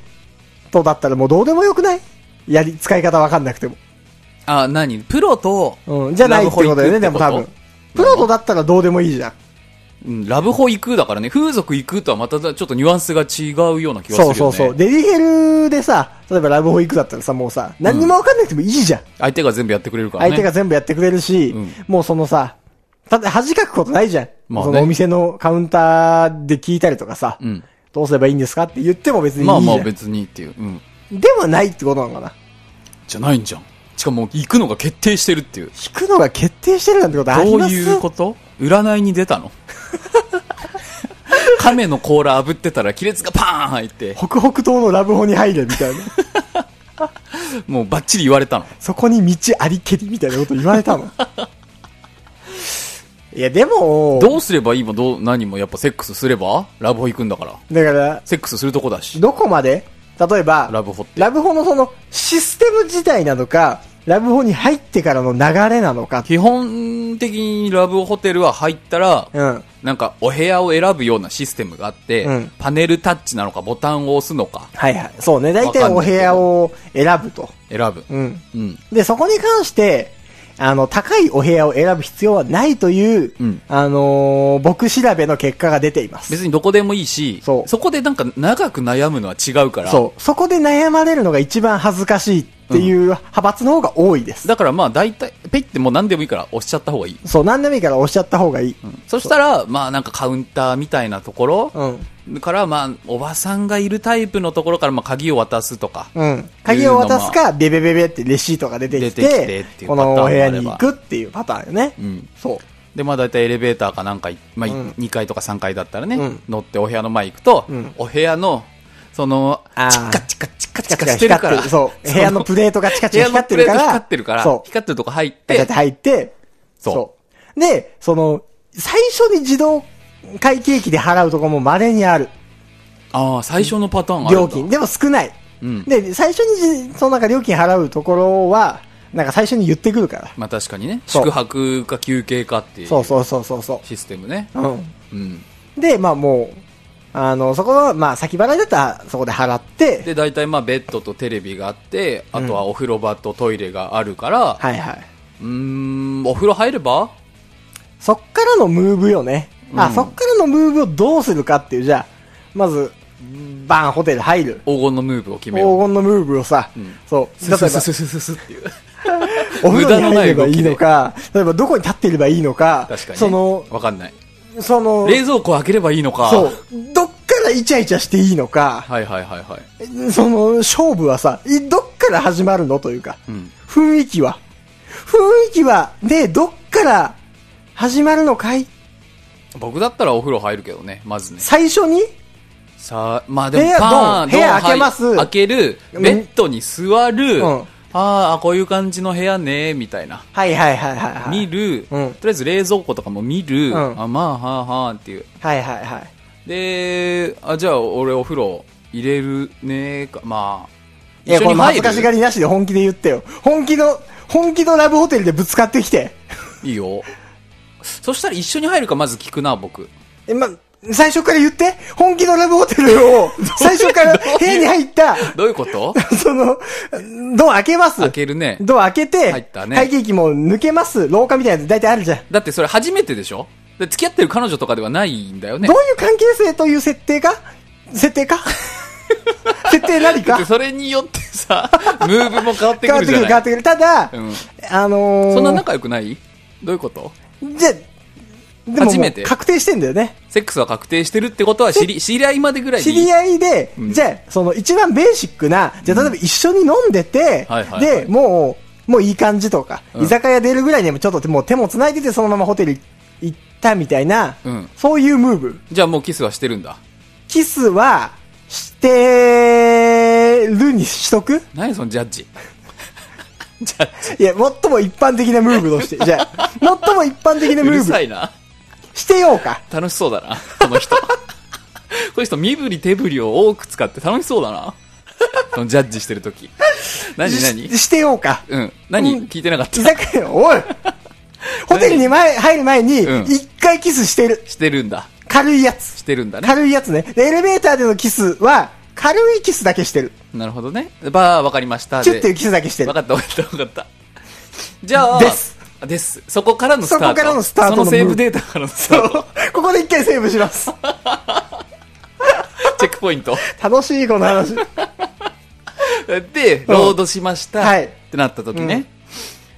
[SPEAKER 1] とだったらもうどうでもよくないやり、使い方わかんなくても。
[SPEAKER 2] あ、何プロと、
[SPEAKER 1] うん、じゃないってことだよね、で
[SPEAKER 2] ラ
[SPEAKER 1] も
[SPEAKER 2] ブホ行
[SPEAKER 1] 多
[SPEAKER 2] くって
[SPEAKER 1] 分
[SPEAKER 2] こと。
[SPEAKER 1] プロとだったらどうでもいいじゃん。
[SPEAKER 2] うんラブホ行くだからね、風俗行くとはまたちょっとニュアンスが違うような気がする
[SPEAKER 1] そ
[SPEAKER 2] よね。
[SPEAKER 1] うそうそう。デリヘルでさ、例えばラブホ行くだったらさ、もうさ、何にもわかんなくてもいいじゃん。
[SPEAKER 2] 相手が全部やってくれるからね。
[SPEAKER 1] 相手が全部やってくれるし、
[SPEAKER 2] うん
[SPEAKER 1] もうそのさ、ただ恥かくことないじゃん。
[SPEAKER 2] まあね
[SPEAKER 1] そのお店のカウンターで聞いたりとかさ、
[SPEAKER 2] うん。
[SPEAKER 1] どうすればいいんですかって言っても別にいいじ
[SPEAKER 2] ま
[SPEAKER 1] ゃ
[SPEAKER 2] あ
[SPEAKER 1] ん。
[SPEAKER 2] まあ別にっていう。うん。
[SPEAKER 1] でもないってことなのかな。
[SPEAKER 2] じゃないんじゃん。しかも行くのが決定してるっていう。
[SPEAKER 1] 引くのが決定してるなんてことあり
[SPEAKER 2] どう
[SPEAKER 1] ます
[SPEAKER 2] いうこと占いに出
[SPEAKER 1] [laughs]
[SPEAKER 2] たの亀の甲羅炙ってたら亀裂がパーン入って、
[SPEAKER 1] 北北東のラブホに入れみ
[SPEAKER 2] [laughs]
[SPEAKER 1] たいな。
[SPEAKER 2] もうバッチリ言われたの。
[SPEAKER 1] そこに道ありけりみたいなこと言われ
[SPEAKER 2] [laughs]
[SPEAKER 1] たの。いや、でも、
[SPEAKER 2] どうすればいいもどう何もやっぱセックスすればラブホ行くんだから。
[SPEAKER 1] だから、
[SPEAKER 2] セックスするとこだし。
[SPEAKER 1] どこまで例えば、
[SPEAKER 2] ラブホって
[SPEAKER 1] ラブホのそのシステム自体なのか、ラブホに入ってからの流れなのか、
[SPEAKER 2] 基本的にラブホテルは入ったら、
[SPEAKER 1] うん。
[SPEAKER 2] なんかお部屋を選ぶようなシステムがあって、
[SPEAKER 1] うん
[SPEAKER 2] パネルタッチなのかボタンを押すのか
[SPEAKER 1] はいはい。そうね。大体
[SPEAKER 2] わかん
[SPEAKER 1] お
[SPEAKER 2] ない
[SPEAKER 1] 部
[SPEAKER 2] けど
[SPEAKER 1] 屋を選ぶと。
[SPEAKER 2] 選ぶ。
[SPEAKER 1] うん。
[SPEAKER 2] うん。
[SPEAKER 1] で、そこに関して、あの、高いお部屋を選ぶ必要はないという、
[SPEAKER 2] うん
[SPEAKER 1] あのー僕調べの結果が出ています。
[SPEAKER 2] 別にどこでもいいし、
[SPEAKER 1] そう
[SPEAKER 2] こでなんか長く悩むのは違うから、
[SPEAKER 1] そう。そこで悩まれるのが一番恥ずかしいっていう派閥の方が多いです。
[SPEAKER 2] だからまあ大体、ペイってもう何でもいいから押しちゃった方がいい。
[SPEAKER 1] そう、何でもいいから押しちゃった方がいい。
[SPEAKER 2] そしたら、まあなんかカウンターみたいなところ
[SPEAKER 1] うん。
[SPEAKER 2] から、まあおばさんがいるタイプのところからまあ鍵を渡すとか、
[SPEAKER 1] うん。鍵を渡すか、ベベベベってレシートが出てきて、
[SPEAKER 2] 出てきてっていう
[SPEAKER 1] こ
[SPEAKER 2] パター
[SPEAKER 1] の
[SPEAKER 2] ンも
[SPEAKER 1] お
[SPEAKER 2] あ
[SPEAKER 1] 部
[SPEAKER 2] れば
[SPEAKER 1] 屋に行くっていうパターンよね。
[SPEAKER 2] うん
[SPEAKER 1] そう。
[SPEAKER 2] でまあ大体エレベーターかなんかい、まあ
[SPEAKER 1] うん
[SPEAKER 2] 2階とか3階だったらね、
[SPEAKER 1] うん
[SPEAKER 2] 乗ってお部屋の前行くと、
[SPEAKER 1] うん
[SPEAKER 2] お部屋の、その、
[SPEAKER 1] あー
[SPEAKER 2] チカチカチ [laughs] カチカしてるから、
[SPEAKER 1] そう。部屋のプレートがチカ
[SPEAKER 2] 部
[SPEAKER 1] チカ
[SPEAKER 2] 屋の
[SPEAKER 1] 光っ
[SPEAKER 2] プ
[SPEAKER 1] て
[SPEAKER 2] レ
[SPEAKER 1] るか
[SPEAKER 2] ート
[SPEAKER 1] ら。
[SPEAKER 2] 光ってるから、
[SPEAKER 1] そう。
[SPEAKER 2] 光ってるとこ入っ、
[SPEAKER 1] ガチャってて入って、
[SPEAKER 2] そ
[SPEAKER 1] う
[SPEAKER 2] う
[SPEAKER 1] で、その、最初に自動会計機で払うとこも稀にある。
[SPEAKER 2] ああ、最初のパターンあるんだ
[SPEAKER 1] 料金。でも少ない。
[SPEAKER 2] うん
[SPEAKER 1] で、最初にじ、そのなんか料金払うところは、なんか最初に言ってくるから。
[SPEAKER 2] まあ確かにね、
[SPEAKER 1] そう
[SPEAKER 2] 宿泊か休憩かっていう
[SPEAKER 1] そうそうそうそうそ
[SPEAKER 2] システムね。
[SPEAKER 1] う。うん。
[SPEAKER 2] うん。
[SPEAKER 1] で、まあもう、あの、そこは、まあ先払いだったらそこで払って、
[SPEAKER 2] で、大体まあベッドとテレビがあって、あとはお風呂場とトイレがあるから、
[SPEAKER 1] はいはい。
[SPEAKER 2] うーん、お風呂入れば
[SPEAKER 1] そっからのムーブよね。
[SPEAKER 2] う
[SPEAKER 1] あ、
[SPEAKER 2] ん
[SPEAKER 1] そっからのムーブをどうするかっていう、じゃあ、まず、バーンホテル入る。
[SPEAKER 2] 黄金のムーブを決めよう。
[SPEAKER 1] 黄金のムーブをさ、
[SPEAKER 2] ん
[SPEAKER 1] そう。
[SPEAKER 2] ス
[SPEAKER 1] 例え
[SPEAKER 2] ス
[SPEAKER 1] ば
[SPEAKER 2] ス、ススススっていう。
[SPEAKER 1] お風呂に入ればいいのか、例えばどこに立っていればいいのか、
[SPEAKER 2] 確かに、ね。
[SPEAKER 1] その、
[SPEAKER 2] わかんない。
[SPEAKER 1] その、
[SPEAKER 2] 冷蔵庫開ければいいのか。
[SPEAKER 1] そう、どっからイチャイチャしていいのか、
[SPEAKER 2] はいはいはいはい。
[SPEAKER 1] その、勝負はさ、いどっから始まるのというか、
[SPEAKER 2] うん。
[SPEAKER 1] 雰囲気は。雰囲気は、で、どっから始まるのかい
[SPEAKER 2] 僕だったらお風呂入るけどね、まずね。
[SPEAKER 1] 最初に
[SPEAKER 2] さあ、まあでも
[SPEAKER 1] 部屋
[SPEAKER 2] パー
[SPEAKER 1] ドン
[SPEAKER 2] ン、
[SPEAKER 1] 部屋
[SPEAKER 2] ドン
[SPEAKER 1] 開けます
[SPEAKER 2] はい開ける、ベ
[SPEAKER 1] うん
[SPEAKER 2] ッドに座る、
[SPEAKER 1] うん
[SPEAKER 2] ああ、こういう感じの部屋ね、みたいな。
[SPEAKER 1] はいはいはいはいはい。
[SPEAKER 2] 見る、
[SPEAKER 1] うん
[SPEAKER 2] とりあえず冷蔵庫とかも見る、
[SPEAKER 1] うん
[SPEAKER 2] あまあはあはあっていう
[SPEAKER 1] はいはいはい。
[SPEAKER 2] であじゃあ俺お風呂入れるねかまあ
[SPEAKER 1] いや、
[SPEAKER 2] 一
[SPEAKER 1] こ
[SPEAKER 2] 緒
[SPEAKER 1] れ
[SPEAKER 2] に
[SPEAKER 1] 恥
[SPEAKER 2] 入
[SPEAKER 1] ずかしが
[SPEAKER 2] る
[SPEAKER 1] りなしで本気で言ってよ。本気の、本気のラブホテルでぶつかってきて。
[SPEAKER 2] いいよそしたら一緒に入るかまず聞くな僕
[SPEAKER 1] え、ま、最初から言って本気のラブホテル
[SPEAKER 2] [laughs]
[SPEAKER 1] を、最初から部屋に入った、
[SPEAKER 2] どうい
[SPEAKER 1] [laughs]
[SPEAKER 2] うこと
[SPEAKER 1] その、ドア開けます。
[SPEAKER 2] 開けるね
[SPEAKER 1] ドア開けて、
[SPEAKER 2] 入ったね
[SPEAKER 1] 会計機も抜けます。廊下みたいなやつ大体あるじゃん。
[SPEAKER 2] だってそれ初めてでしょで付き合ってる彼女とかではないんだよね
[SPEAKER 1] どういう関係性という設定か設定
[SPEAKER 2] [laughs]
[SPEAKER 1] か設定何
[SPEAKER 2] だ
[SPEAKER 1] か
[SPEAKER 2] ってそれによって
[SPEAKER 1] [laughs]
[SPEAKER 2] さムーブも変わって
[SPEAKER 1] 変
[SPEAKER 2] く
[SPEAKER 1] わっ
[SPEAKER 2] る
[SPEAKER 1] て
[SPEAKER 2] じ
[SPEAKER 1] くる変
[SPEAKER 2] ゃ
[SPEAKER 1] わ
[SPEAKER 2] な
[SPEAKER 1] っ
[SPEAKER 2] い
[SPEAKER 1] てくる。ただ、
[SPEAKER 2] うん
[SPEAKER 1] あのー、
[SPEAKER 2] そんな仲良くないどういうこと
[SPEAKER 1] じゃ、でも
[SPEAKER 2] 初
[SPEAKER 1] も
[SPEAKER 2] め
[SPEAKER 1] う
[SPEAKER 2] て
[SPEAKER 1] 確定してんだよね。
[SPEAKER 2] セックスは確定してるってことは知り知り合いまでぐらいで
[SPEAKER 1] 知
[SPEAKER 2] いい
[SPEAKER 1] り合いで、
[SPEAKER 2] うん
[SPEAKER 1] じゃあ、その一番ベーシックな、じゃあ例えば一緒に飲んでて、
[SPEAKER 2] はいはいはい
[SPEAKER 1] で、もう、もういい感じとか、
[SPEAKER 2] うん
[SPEAKER 1] 居酒屋出るぐらいにはもうちょっと手もう手も繋いでてそのままホテル行ったみたいな、
[SPEAKER 2] うん
[SPEAKER 1] そういうムーブ。
[SPEAKER 2] じゃあもうキスはしてるんだ
[SPEAKER 1] キスは、してるにしと
[SPEAKER 2] [laughs]
[SPEAKER 1] く
[SPEAKER 2] 何そのジャッジジャッジ
[SPEAKER 1] いや、最も一般的なムーブとして、じゃあ、最も一般的な
[SPEAKER 2] う
[SPEAKER 1] ム
[SPEAKER 2] る
[SPEAKER 1] ー
[SPEAKER 2] さ
[SPEAKER 1] ブ、
[SPEAKER 2] いな
[SPEAKER 1] してようか。
[SPEAKER 2] 楽しそうだなこの人 [laughs] この人身振り手振りを多く使って楽しそうだなそのジャッジしてる時何何
[SPEAKER 1] ししてようか。
[SPEAKER 2] うん何、
[SPEAKER 1] うん
[SPEAKER 2] 聞いてなかっ
[SPEAKER 1] 居
[SPEAKER 2] た
[SPEAKER 1] 酒屋、
[SPEAKER 2] [laughs]
[SPEAKER 1] おいホテルに前入る前に、
[SPEAKER 2] うん
[SPEAKER 1] 一回キスしてる。
[SPEAKER 2] してるんだ
[SPEAKER 1] 軽いやつ
[SPEAKER 2] し。てるんだね
[SPEAKER 1] 軽いやつね。で、エレベーターでのキスは、軽いキスだけしてる。
[SPEAKER 2] なるほどねばあ分かりました
[SPEAKER 1] チュッていう
[SPEAKER 2] で
[SPEAKER 1] キスだけしてる
[SPEAKER 2] 分。かった分かった分かったじゃあ
[SPEAKER 1] です
[SPEAKER 2] ですそこからのスタート
[SPEAKER 1] そこからのスタートの
[SPEAKER 2] そのセーブデータからのスタート
[SPEAKER 1] [laughs] ここで一回セーブし
[SPEAKER 2] [laughs]
[SPEAKER 1] ます。
[SPEAKER 2] チェックポイント
[SPEAKER 1] 楽しい、この話。
[SPEAKER 2] で、ロードしました、
[SPEAKER 1] はい
[SPEAKER 2] ってなった時ね、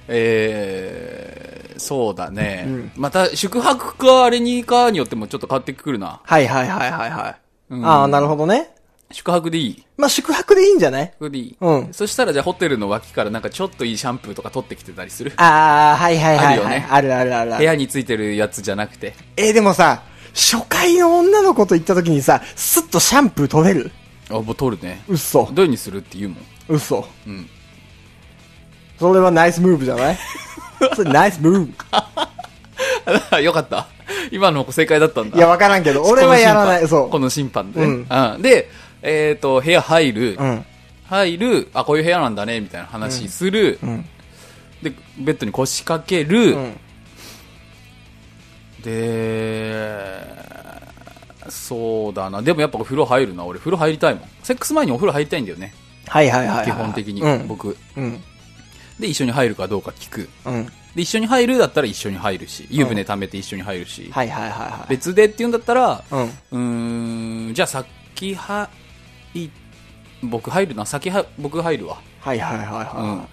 [SPEAKER 2] えー、そうだね、また宿泊かあれにかによってもちょっと変わってくるな。
[SPEAKER 1] はいはいはいはいはい。
[SPEAKER 2] うん
[SPEAKER 1] ああ、なるほどね。
[SPEAKER 2] 宿泊でいい
[SPEAKER 1] まあ、宿泊でいいんじゃない
[SPEAKER 2] 宿泊でいい、
[SPEAKER 1] うん
[SPEAKER 2] そしたらじゃあホテルの脇からなんかちょっといいシャンプーとか取ってきてたりする
[SPEAKER 1] ああ、はいはいはい、はい。
[SPEAKER 2] あ
[SPEAKER 1] あるあるあるあ
[SPEAKER 2] 部
[SPEAKER 1] る。
[SPEAKER 2] 屋についてるやつじゃなくて。
[SPEAKER 1] えー、でもさ、初回の女の子と行った時にさ、スッとシャンプー取れる
[SPEAKER 2] あ、もう取るね。
[SPEAKER 1] 嘘。
[SPEAKER 2] どういう風にするって言うもん。 [laughs]
[SPEAKER 1] 嘘。
[SPEAKER 2] うん。
[SPEAKER 1] それはナイスムーブじゃない
[SPEAKER 2] [laughs]
[SPEAKER 1] それナイスムーブ。
[SPEAKER 2] あよかった。今の正解だったんだ。
[SPEAKER 1] いや、わからんけど、俺はやらない。
[SPEAKER 2] こ
[SPEAKER 1] そ
[SPEAKER 2] の審判この審判でね、
[SPEAKER 1] う
[SPEAKER 2] うんで、えっ、と、部屋入る、
[SPEAKER 1] うん。
[SPEAKER 2] 入る、あ、こういう部屋なんだね、みたいな話する、
[SPEAKER 1] んうん
[SPEAKER 2] で、ベッドに腰掛ける、
[SPEAKER 1] うん。
[SPEAKER 2] で、そうだな。でもやっぱお風呂入るな。俺風呂入りたいもん。セックス前にお風呂入りたいんだよね。
[SPEAKER 1] はいはいはいはい。
[SPEAKER 2] 基本的に、
[SPEAKER 1] うん。
[SPEAKER 2] 僕。
[SPEAKER 1] うん。
[SPEAKER 2] で、一緒に入るかどうか聞く。
[SPEAKER 1] うん。
[SPEAKER 2] で、一緒に入るだったら一緒に入るし、湯船溜めて一緒に入るし、
[SPEAKER 1] はいはいはいはい。
[SPEAKER 2] 別でって言うんだったら、
[SPEAKER 1] うん。
[SPEAKER 2] うーん、じゃあ先入、僕入るな。先は、僕入るわ。
[SPEAKER 1] はいはいはいは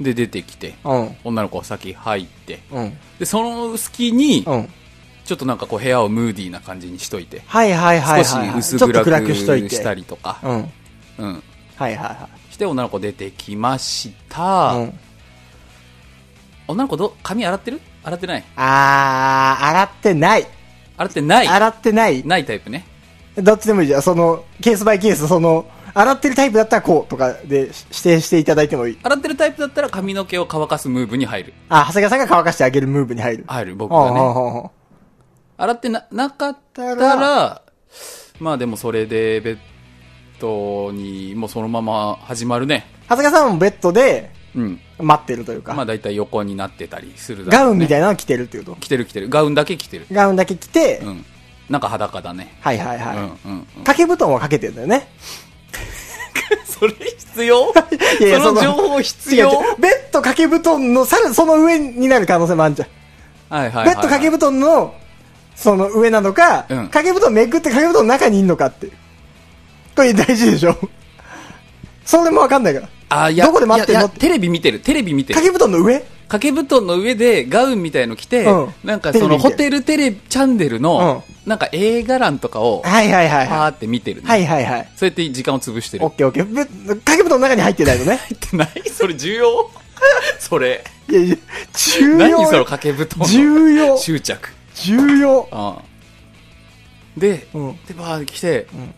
[SPEAKER 2] うん。で、出てきて、
[SPEAKER 1] い。うん。
[SPEAKER 2] 女の子先入って、
[SPEAKER 1] うん。
[SPEAKER 2] で、その隙に、
[SPEAKER 1] うん。
[SPEAKER 2] ちょっとなんかこう部屋をムーディーな感じにしといて、
[SPEAKER 1] はいはいはいはい。
[SPEAKER 2] 少し薄
[SPEAKER 1] ちょっと
[SPEAKER 2] 暗
[SPEAKER 1] 暗く
[SPEAKER 2] く
[SPEAKER 1] しといて。
[SPEAKER 2] したりとか、
[SPEAKER 1] うん。はい
[SPEAKER 2] うん。
[SPEAKER 1] はいは
[SPEAKER 2] して女の子出てきまし
[SPEAKER 1] い。う
[SPEAKER 2] た。
[SPEAKER 1] ん。
[SPEAKER 2] 女の子ど、髪洗ってる洗ってない
[SPEAKER 1] あー、洗ってない。
[SPEAKER 2] 洗ってない
[SPEAKER 1] 洗ってない。
[SPEAKER 2] ないタイプね。
[SPEAKER 1] どっちでもいいじゃん。その、ケースバイケース、その、洗ってるタイプだったらこうとかでし指定していただいてもいい。
[SPEAKER 2] 洗ってるタイプだったら髪の毛を乾かすムーブに入る。
[SPEAKER 1] あ、長谷川さんが乾かしてあげるムーブに入る。
[SPEAKER 2] 入る、僕
[SPEAKER 1] ほう
[SPEAKER 2] が
[SPEAKER 1] ほう
[SPEAKER 2] ね。
[SPEAKER 1] ほうほ
[SPEAKER 2] 洗ってな、なかった
[SPEAKER 1] た
[SPEAKER 2] ら、まあでもそれでベッドに、もうそのまま始まるね。
[SPEAKER 1] う長谷川さんもベッドで
[SPEAKER 2] うん。
[SPEAKER 1] 待ってるというか、
[SPEAKER 2] まあ大体横になってたりするだ
[SPEAKER 1] ガ
[SPEAKER 2] ろう
[SPEAKER 1] ウン
[SPEAKER 2] ね
[SPEAKER 1] みたいなの着てるっていうこと。
[SPEAKER 2] 着てる着てる。ガウンだけ着てる。
[SPEAKER 1] ガウンだけ着て、
[SPEAKER 2] うん。なんか裸だね。
[SPEAKER 1] はいはいはい。
[SPEAKER 2] うんうんうん。
[SPEAKER 1] 掛け布団はかけてんだよね。
[SPEAKER 2] [laughs] それ必要
[SPEAKER 1] いやいや
[SPEAKER 2] その
[SPEAKER 1] その
[SPEAKER 2] 情報必
[SPEAKER 1] 違う
[SPEAKER 2] 要
[SPEAKER 1] 違う。ベッド掛け布団のさら、その上になる可能性もあるじゃん。
[SPEAKER 2] はいはいはいは
[SPEAKER 1] ベッ
[SPEAKER 2] い。
[SPEAKER 1] ド掛け布団の、その上なのか、
[SPEAKER 2] うん
[SPEAKER 1] 掛け布団めくって掛け布団の中にいんのかっていう。これ大事でしょ [laughs] それもわかんないから。
[SPEAKER 2] あ、いや、
[SPEAKER 1] どこで待ってんの
[SPEAKER 2] いやいやテレビ見てる、テレビ見てる。
[SPEAKER 1] 掛け布団の上
[SPEAKER 2] 掛け布団の上でガウンみたいの着て、
[SPEAKER 1] うん
[SPEAKER 2] なんかそのホテ
[SPEAKER 1] テ
[SPEAKER 2] ルテレビチャンネルの、なんか映画欄とかを、
[SPEAKER 1] はいはいはい
[SPEAKER 2] パー
[SPEAKER 1] はい。
[SPEAKER 2] って見てるね。
[SPEAKER 1] はいはいはい。
[SPEAKER 2] そうやって時間を潰してる。
[SPEAKER 1] オッケーオッケー。べ掛け布団の中に入ってないの
[SPEAKER 2] [laughs]
[SPEAKER 1] ね。
[SPEAKER 2] 入ってないそれ重要 [laughs] それ。
[SPEAKER 1] いやいや、重
[SPEAKER 2] 何その
[SPEAKER 1] 要。
[SPEAKER 2] 掛け布団の
[SPEAKER 1] 重要
[SPEAKER 2] [laughs] 執着。
[SPEAKER 1] 重要。
[SPEAKER 2] うん。で、
[SPEAKER 1] うん
[SPEAKER 2] で、バーって来て、
[SPEAKER 1] ん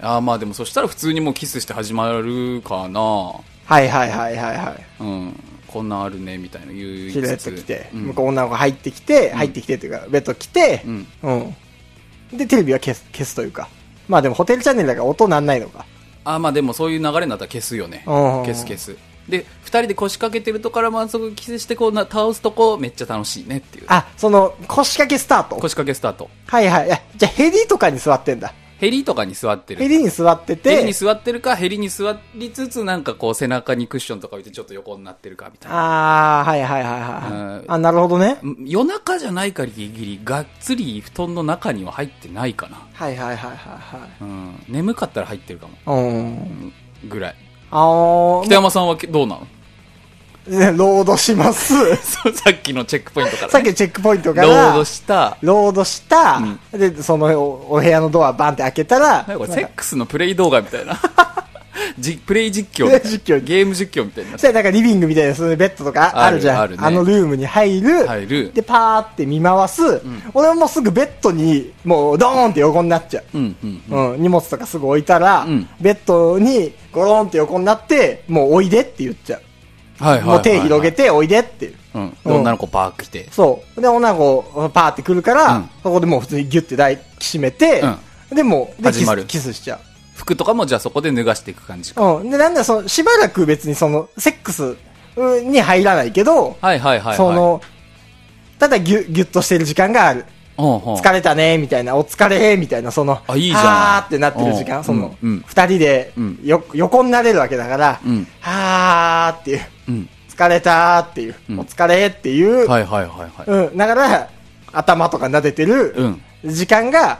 [SPEAKER 2] あーまあでもそしたら普通にもうキスして始まるかな。
[SPEAKER 1] はいはいはいはいはい。
[SPEAKER 2] うん。こんなんあるね、みたいな言い
[SPEAKER 1] シルエッ
[SPEAKER 2] つ
[SPEAKER 1] ト
[SPEAKER 2] つ。
[SPEAKER 1] 着て、
[SPEAKER 2] うん
[SPEAKER 1] 向こう女の子入ってきて、入ってきてっていうか、ベッド来て、
[SPEAKER 2] うん
[SPEAKER 1] うんで、テレビは消す、消すというか。まあでもホテルチャンネルだから音なんないのか。
[SPEAKER 2] あまあでもそういう流れになったら消すよね
[SPEAKER 1] うん
[SPEAKER 2] 消す消すで二人で腰掛けてるとこから満足キスしてこうな倒すとこめっちゃ楽しいねっていう
[SPEAKER 1] あ、その、腰掛けスタート。
[SPEAKER 2] 腰掛けスタート
[SPEAKER 1] はいはい。いやじゃあヘリとかに座ってんだ。
[SPEAKER 2] ヘリとかに座ってる
[SPEAKER 1] ヘリに座って
[SPEAKER 2] ヘリに
[SPEAKER 1] て、
[SPEAKER 2] 座ってるかヘリに座りつつなんかこう背中にクッションとか置いてちょっと横になってるかみたいな
[SPEAKER 1] あー、はいはいはいはい。
[SPEAKER 2] うん
[SPEAKER 1] あ、なるほどね。
[SPEAKER 2] うん夜中じゃないかギリギリがっつり布団の中には入ってないかな
[SPEAKER 1] はいはいはいは
[SPEAKER 2] うん眠かったら入ってるかも
[SPEAKER 1] いはい。うん。
[SPEAKER 2] ぐらい
[SPEAKER 1] あのー
[SPEAKER 2] 北山さんはけどうなの [laughs]
[SPEAKER 1] ね [laughs] ロードします。
[SPEAKER 2] そうさっきのチェックポイントから、ね、
[SPEAKER 1] さっきのチェックポイントから、
[SPEAKER 2] ロードした
[SPEAKER 1] ロードした、
[SPEAKER 2] う
[SPEAKER 1] で、そのおお部屋のドアバンって開けたら、
[SPEAKER 2] なんかこれ
[SPEAKER 1] なん
[SPEAKER 2] セ
[SPEAKER 1] か
[SPEAKER 2] ックスのプレイ動画みた
[SPEAKER 1] [laughs]
[SPEAKER 2] いな。じプレイ実況みたいな
[SPEAKER 1] プレイ実況
[SPEAKER 2] ゲーム実況みたいに
[SPEAKER 1] そ
[SPEAKER 2] な
[SPEAKER 1] したらなんかリビングみたいな、そういうベッドとかあ
[SPEAKER 2] ある
[SPEAKER 1] るじゃん。
[SPEAKER 2] あるね
[SPEAKER 1] のルームに入る。
[SPEAKER 2] 入る
[SPEAKER 1] で、パーって見回す。俺はもうすぐベッドに、もうドーンって横になっちゃう。
[SPEAKER 2] うんうん。
[SPEAKER 1] うん、荷物とかすぐ置いたら、
[SPEAKER 2] うん
[SPEAKER 1] ベッドにゴロンって横になって、もうおいでって言っちゃう。
[SPEAKER 2] はいはいはい、
[SPEAKER 1] もう手広げ。ておいでっていう。
[SPEAKER 2] うん。で女の子バーッ来て。
[SPEAKER 1] そう。で、女の子、パーって来るから、
[SPEAKER 2] うん
[SPEAKER 1] そこでもう普通にギュッて抱きしめて、で、もう、でキ
[SPEAKER 2] 始ま
[SPEAKER 1] ス
[SPEAKER 2] る
[SPEAKER 1] キスしちゃう。
[SPEAKER 2] 服とかもじゃあそこで脱がしていく感じか。
[SPEAKER 1] うん。で、なんだ、その、しばらく別にその、セックスうんに入らないけど、
[SPEAKER 2] はいはいはい、はい。
[SPEAKER 1] そ、の、ただぎゅ、ぎゅっとしてる時間がある。
[SPEAKER 2] うんうん、
[SPEAKER 1] 疲れたね、みたいな、お疲れ、みたいな、その、
[SPEAKER 2] あいいじゃん
[SPEAKER 1] はーってなってる時
[SPEAKER 2] う
[SPEAKER 1] 間、
[SPEAKER 2] ん
[SPEAKER 1] その、
[SPEAKER 2] うんうん
[SPEAKER 1] 二人で
[SPEAKER 2] うん、
[SPEAKER 1] よ、横になれるわけだから、
[SPEAKER 2] うん
[SPEAKER 1] はーっていう、
[SPEAKER 2] うん。
[SPEAKER 1] 疲れたーっていう、
[SPEAKER 2] うん
[SPEAKER 1] お疲れっていう、
[SPEAKER 2] はいはいはいはい。
[SPEAKER 1] うん、だから、頭とか撫でてる
[SPEAKER 2] うん、
[SPEAKER 1] 時間が、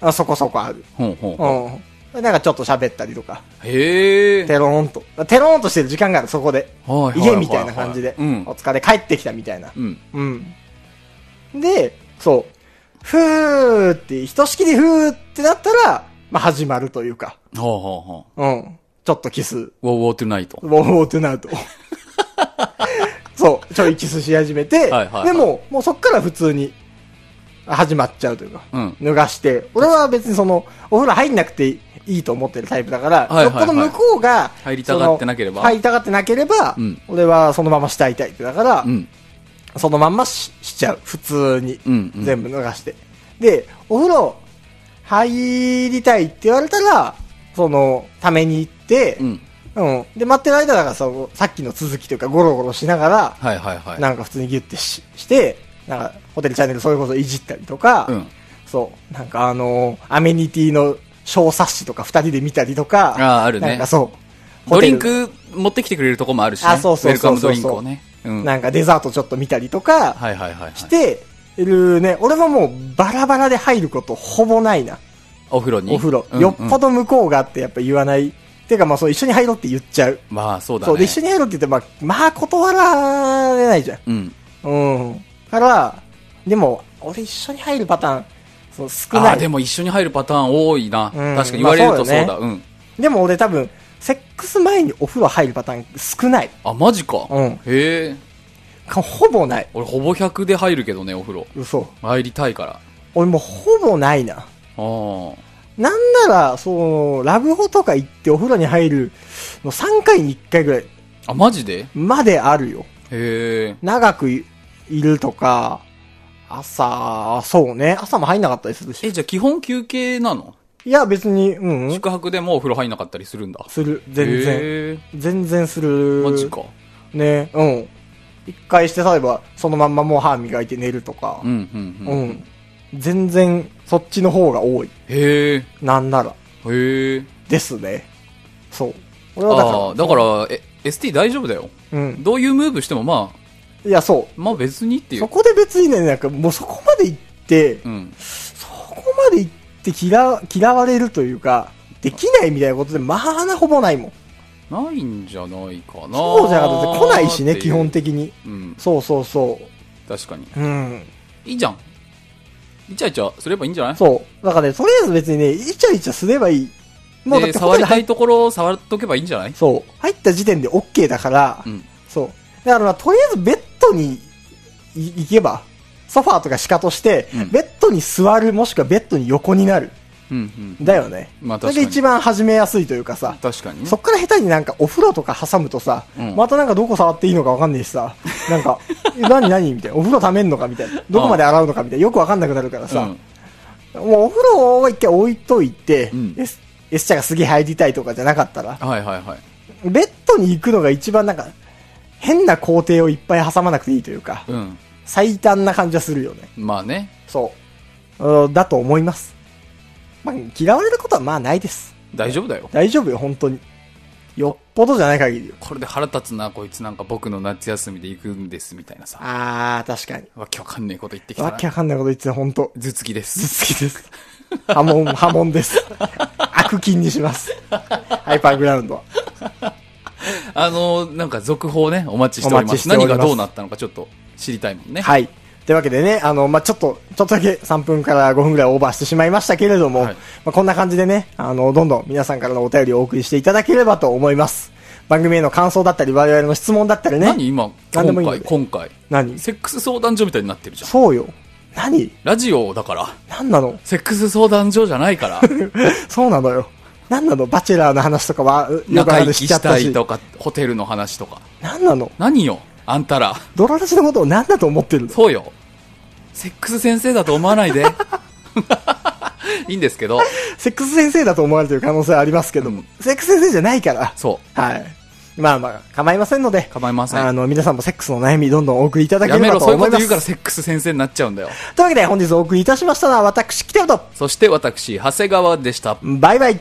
[SPEAKER 1] あそこそこある。
[SPEAKER 2] ほんほんほん。
[SPEAKER 1] うん。なんかちょっと喋ったりとか、
[SPEAKER 2] へえ。
[SPEAKER 1] テローンと。テローンとしてる時間がある、そこで。
[SPEAKER 2] はいはいはいはい
[SPEAKER 1] 家みたいな感じで、
[SPEAKER 2] うん
[SPEAKER 1] お疲れ帰ってきたみたいな。
[SPEAKER 2] うん。
[SPEAKER 1] うん。で、そう。ふーって、ひとしきりふーってなったら、まあ、始まるというか。
[SPEAKER 2] ほうほうほ
[SPEAKER 1] うん。ちょっとキス。
[SPEAKER 2] う。ウォーウォートゥナイト
[SPEAKER 1] ウ。ォーウォーってな
[SPEAKER 2] [laughs]
[SPEAKER 1] ると。そう。ちょいキスし始めて、
[SPEAKER 2] はいはいはい
[SPEAKER 1] でも、もうそっから普通に、始まっちゃうというか。
[SPEAKER 2] うん
[SPEAKER 1] 脱がして。俺は別にその、お風呂入んなくていいと思ってるタイプだから、
[SPEAKER 2] はいはいはい
[SPEAKER 1] よっぽど向こうが、
[SPEAKER 2] 入りたがってなければ
[SPEAKER 1] その入りたがってなければ、
[SPEAKER 2] うん
[SPEAKER 1] 俺はそのまましたいタイプだから、
[SPEAKER 2] うん。
[SPEAKER 1] そのまんまししちゃう。普通に。
[SPEAKER 2] うんうん
[SPEAKER 1] 全部脱がして。で、お風呂入りたいって言われたら、その、ために行って
[SPEAKER 2] う、ん。
[SPEAKER 1] うん。で、待ってる間、だからその、さっきの続きというか、ゴロゴロしながら、
[SPEAKER 2] はいはいはい。
[SPEAKER 1] なんか普通にギュッてしして、なんか、ホテルチャンネルそれこそいじったりとか、
[SPEAKER 2] うん。
[SPEAKER 1] そう、なんかあのーアメニティの小冊子とか二人で見たりとか、
[SPEAKER 2] あーあるね
[SPEAKER 1] なんかそう、
[SPEAKER 2] ド
[SPEAKER 1] ホテ
[SPEAKER 2] リ
[SPEAKER 1] ル
[SPEAKER 2] ンク持ってきてくれるとこもあるし、ね。
[SPEAKER 1] あそうそうそうそう
[SPEAKER 2] ウェルカムドリンクをね。うん。はい
[SPEAKER 1] なんかデザートちょっと見たりとか、
[SPEAKER 2] はいはいはい。
[SPEAKER 1] してるね、俺はもうバラバラで入ることほぼないな、
[SPEAKER 2] お風呂に。
[SPEAKER 1] お風呂。
[SPEAKER 2] うん
[SPEAKER 1] よっぽ。ど向こうがあってやっぱ言わない。てかまあそう、一緒に入ろうって言っちゃう。
[SPEAKER 2] うんまあそうだね。
[SPEAKER 1] そう、で、一緒に入ろうって言って、まあ、まあ断られないじゃん。
[SPEAKER 2] うん。
[SPEAKER 1] うん。から、でも、俺一緒に入るパターン、そう少
[SPEAKER 2] あ
[SPEAKER 1] な
[SPEAKER 2] あ、
[SPEAKER 1] い。
[SPEAKER 2] でも一緒に入るパターン多いな。
[SPEAKER 1] うん
[SPEAKER 2] 確かに言われるとそう
[SPEAKER 1] まあ
[SPEAKER 2] だ。うん。
[SPEAKER 1] でも俺多分、セックス前にお風呂入るパターン少ない。
[SPEAKER 2] あ、マジか。
[SPEAKER 1] うん
[SPEAKER 2] へえ。
[SPEAKER 1] かほぼない。
[SPEAKER 2] 俺ほぼ100で入るけどね、お風呂。
[SPEAKER 1] 嘘。
[SPEAKER 2] 入りたいから。あ
[SPEAKER 1] 俺もうほぼないな。
[SPEAKER 2] あ。
[SPEAKER 1] なんなら、その、ラブホとか行ってお風呂に入るの3回に1回ぐらい
[SPEAKER 2] あ、マジで
[SPEAKER 1] まであるよ。
[SPEAKER 2] へえ。
[SPEAKER 1] 長くいいるとか、朝、そうね。朝も入んなかったりするし。
[SPEAKER 2] え、じゃあ基本休憩なの
[SPEAKER 1] いや、別に、うん、うん。
[SPEAKER 2] 宿泊でもお風呂入んなかったりするんだ。
[SPEAKER 1] する。全然。
[SPEAKER 2] 然。
[SPEAKER 1] 全然する。
[SPEAKER 2] マジか。
[SPEAKER 1] ね、うん。一回して、例えば、そのまんまもう歯磨いて寝るとか
[SPEAKER 2] う。ん、うん、
[SPEAKER 1] う
[SPEAKER 2] うん。
[SPEAKER 1] ん。全然、そっちの方が多い。
[SPEAKER 2] へえ。
[SPEAKER 1] なんなら。
[SPEAKER 2] へえ。
[SPEAKER 1] ですね。そう。俺はだから。
[SPEAKER 2] ああ、だから、え、ST 大丈夫だよ。
[SPEAKER 1] うん。
[SPEAKER 2] どういうムーブしてもまあ、
[SPEAKER 1] いや、そ
[SPEAKER 2] まあ別にって
[SPEAKER 1] う。
[SPEAKER 2] い。
[SPEAKER 1] そうこで別にね、なんか、もうそこまで行って、
[SPEAKER 2] うん。
[SPEAKER 1] そこまで行って嫌、嫌われるというか、できないみたいなことで、まあなほぼないもん。
[SPEAKER 2] ないんじゃないかな。
[SPEAKER 1] そうじゃなくて、来ないしね、
[SPEAKER 2] ってう
[SPEAKER 1] 基本。的に。
[SPEAKER 2] うん、
[SPEAKER 1] そうそうそ
[SPEAKER 2] 確かに。
[SPEAKER 1] う。うん。
[SPEAKER 2] いいじゃん。イチャイチャすればいいんじゃない
[SPEAKER 1] そう。だからね、とりあえず別にね、イチャイチャすればいい。もうだっ
[SPEAKER 2] で
[SPEAKER 1] て
[SPEAKER 2] 触りた
[SPEAKER 1] 入っ
[SPEAKER 2] いところを触っとけばいいんじゃない
[SPEAKER 1] そう。入った時点で OK だから、
[SPEAKER 2] うん。
[SPEAKER 1] そう。だからまあ、とりあえずベッドにい行けば、ソファーとかシカとして、
[SPEAKER 2] うん
[SPEAKER 1] ベッドに座る、もしくはベッドに横になる。
[SPEAKER 2] うん、うん。
[SPEAKER 1] だよね。
[SPEAKER 2] まあ
[SPEAKER 1] それ
[SPEAKER 2] 確
[SPEAKER 1] が
[SPEAKER 2] かに
[SPEAKER 1] 一番始めやすいというかさ、
[SPEAKER 2] 確かにね
[SPEAKER 1] そ。っから下手になんかお風呂とか挟むとさ、
[SPEAKER 2] うん
[SPEAKER 1] またなんかどこ触っていいのかわかんないしさ、なんか、 [laughs] え何何みたいな。お風呂溜めんのかみたいな。どこまで洗うのかみたいな。よくわかんなくなるからさ、もうお風呂を一回置いといて、
[SPEAKER 2] うん
[SPEAKER 1] S, S ちゃんがすげえ入りたいとかじゃなかったら、
[SPEAKER 2] うん。はいはいはい。
[SPEAKER 1] ベッドに行くのが一番なんか、変な工程をいっぱい挟まなくていいというか、
[SPEAKER 2] うん。
[SPEAKER 1] 最短な感じはするよね。
[SPEAKER 2] まあね。
[SPEAKER 1] そう。うんだと思います。まあ、嫌われることはまあないです。
[SPEAKER 2] 大丈夫だよ。
[SPEAKER 1] 大丈夫よ、本当に。よっぽどじゃない限りよ。
[SPEAKER 2] これで腹立つな、こいつなんか僕の夏休みで行くんです、みたいなさ。
[SPEAKER 1] あー、確かに。
[SPEAKER 2] わけわかんねえこと言ってきた
[SPEAKER 1] わけ
[SPEAKER 2] な。
[SPEAKER 1] わかんないこと言ってた、本当。
[SPEAKER 2] 頭突きです。
[SPEAKER 1] 好きです。波紋、 [laughs] 波紋です。悪菌にし
[SPEAKER 2] [laughs]
[SPEAKER 1] ます。ハイパーグラウンドは。
[SPEAKER 2] [laughs] あの、なんか続報ね、お待ちしておりま
[SPEAKER 1] お待ちし
[SPEAKER 2] す。
[SPEAKER 1] ており
[SPEAKER 2] 何
[SPEAKER 1] ます
[SPEAKER 2] がどうなったのかちょっと知りたいもんね。
[SPEAKER 1] はい。というわけでね、あの、まあ、ちょっと、ちょっとだけ3分から5分ぐらいオーバーしてしまいましたけれども、
[SPEAKER 2] はい
[SPEAKER 1] まあ、こんな感じでね、あの、どんどん皆さんからのお便りをお送りしていただければと思います。番組への感想だったり、我々の質問だったりね。
[SPEAKER 2] 何今、
[SPEAKER 1] 何でも
[SPEAKER 2] 今
[SPEAKER 1] いいの
[SPEAKER 2] 回、
[SPEAKER 1] で
[SPEAKER 2] 今回。
[SPEAKER 1] 何
[SPEAKER 2] セックス相談所みたいになってるじゃん。
[SPEAKER 1] そうよ。何
[SPEAKER 2] ラジオだから。
[SPEAKER 1] 何なの
[SPEAKER 2] セックス相談所じゃないから。
[SPEAKER 1] そうなのよ。何なのバチェラーの話とかは、う [laughs] よく
[SPEAKER 2] 仲良
[SPEAKER 1] 話し
[SPEAKER 2] き
[SPEAKER 1] ちゃっ
[SPEAKER 2] したた
[SPEAKER 1] し
[SPEAKER 2] い。とか、ホテルの話とか。
[SPEAKER 1] 何なの
[SPEAKER 2] 何よ、あんたら。
[SPEAKER 1] ドララジのことを何だと思ってるの
[SPEAKER 2] そうよ。セックス先生だと思わな
[SPEAKER 1] [laughs]
[SPEAKER 2] いで。 [laughs] いいんですけど、
[SPEAKER 1] セックス先生だと思われてる可能性はありますけども、
[SPEAKER 2] うん
[SPEAKER 1] セックス先生じゃないから。
[SPEAKER 2] そ
[SPEAKER 1] はい。まあまあ、構いませんので。
[SPEAKER 2] 構いません
[SPEAKER 1] あの、皆さんもセックスの悩みどんどんお送りいただ
[SPEAKER 2] う。
[SPEAKER 1] け
[SPEAKER 2] や
[SPEAKER 1] れ
[SPEAKER 2] め
[SPEAKER 1] ば
[SPEAKER 2] ろ、
[SPEAKER 1] と
[SPEAKER 2] そういう
[SPEAKER 1] 思
[SPEAKER 2] こ
[SPEAKER 1] い
[SPEAKER 2] と
[SPEAKER 1] ます。
[SPEAKER 2] 言うからセックス先生になっちゃうんだよ。
[SPEAKER 1] というわけで本日お送りいたしましたのは私、キテオと、
[SPEAKER 2] そして私、長谷川でした。
[SPEAKER 1] バイバイ。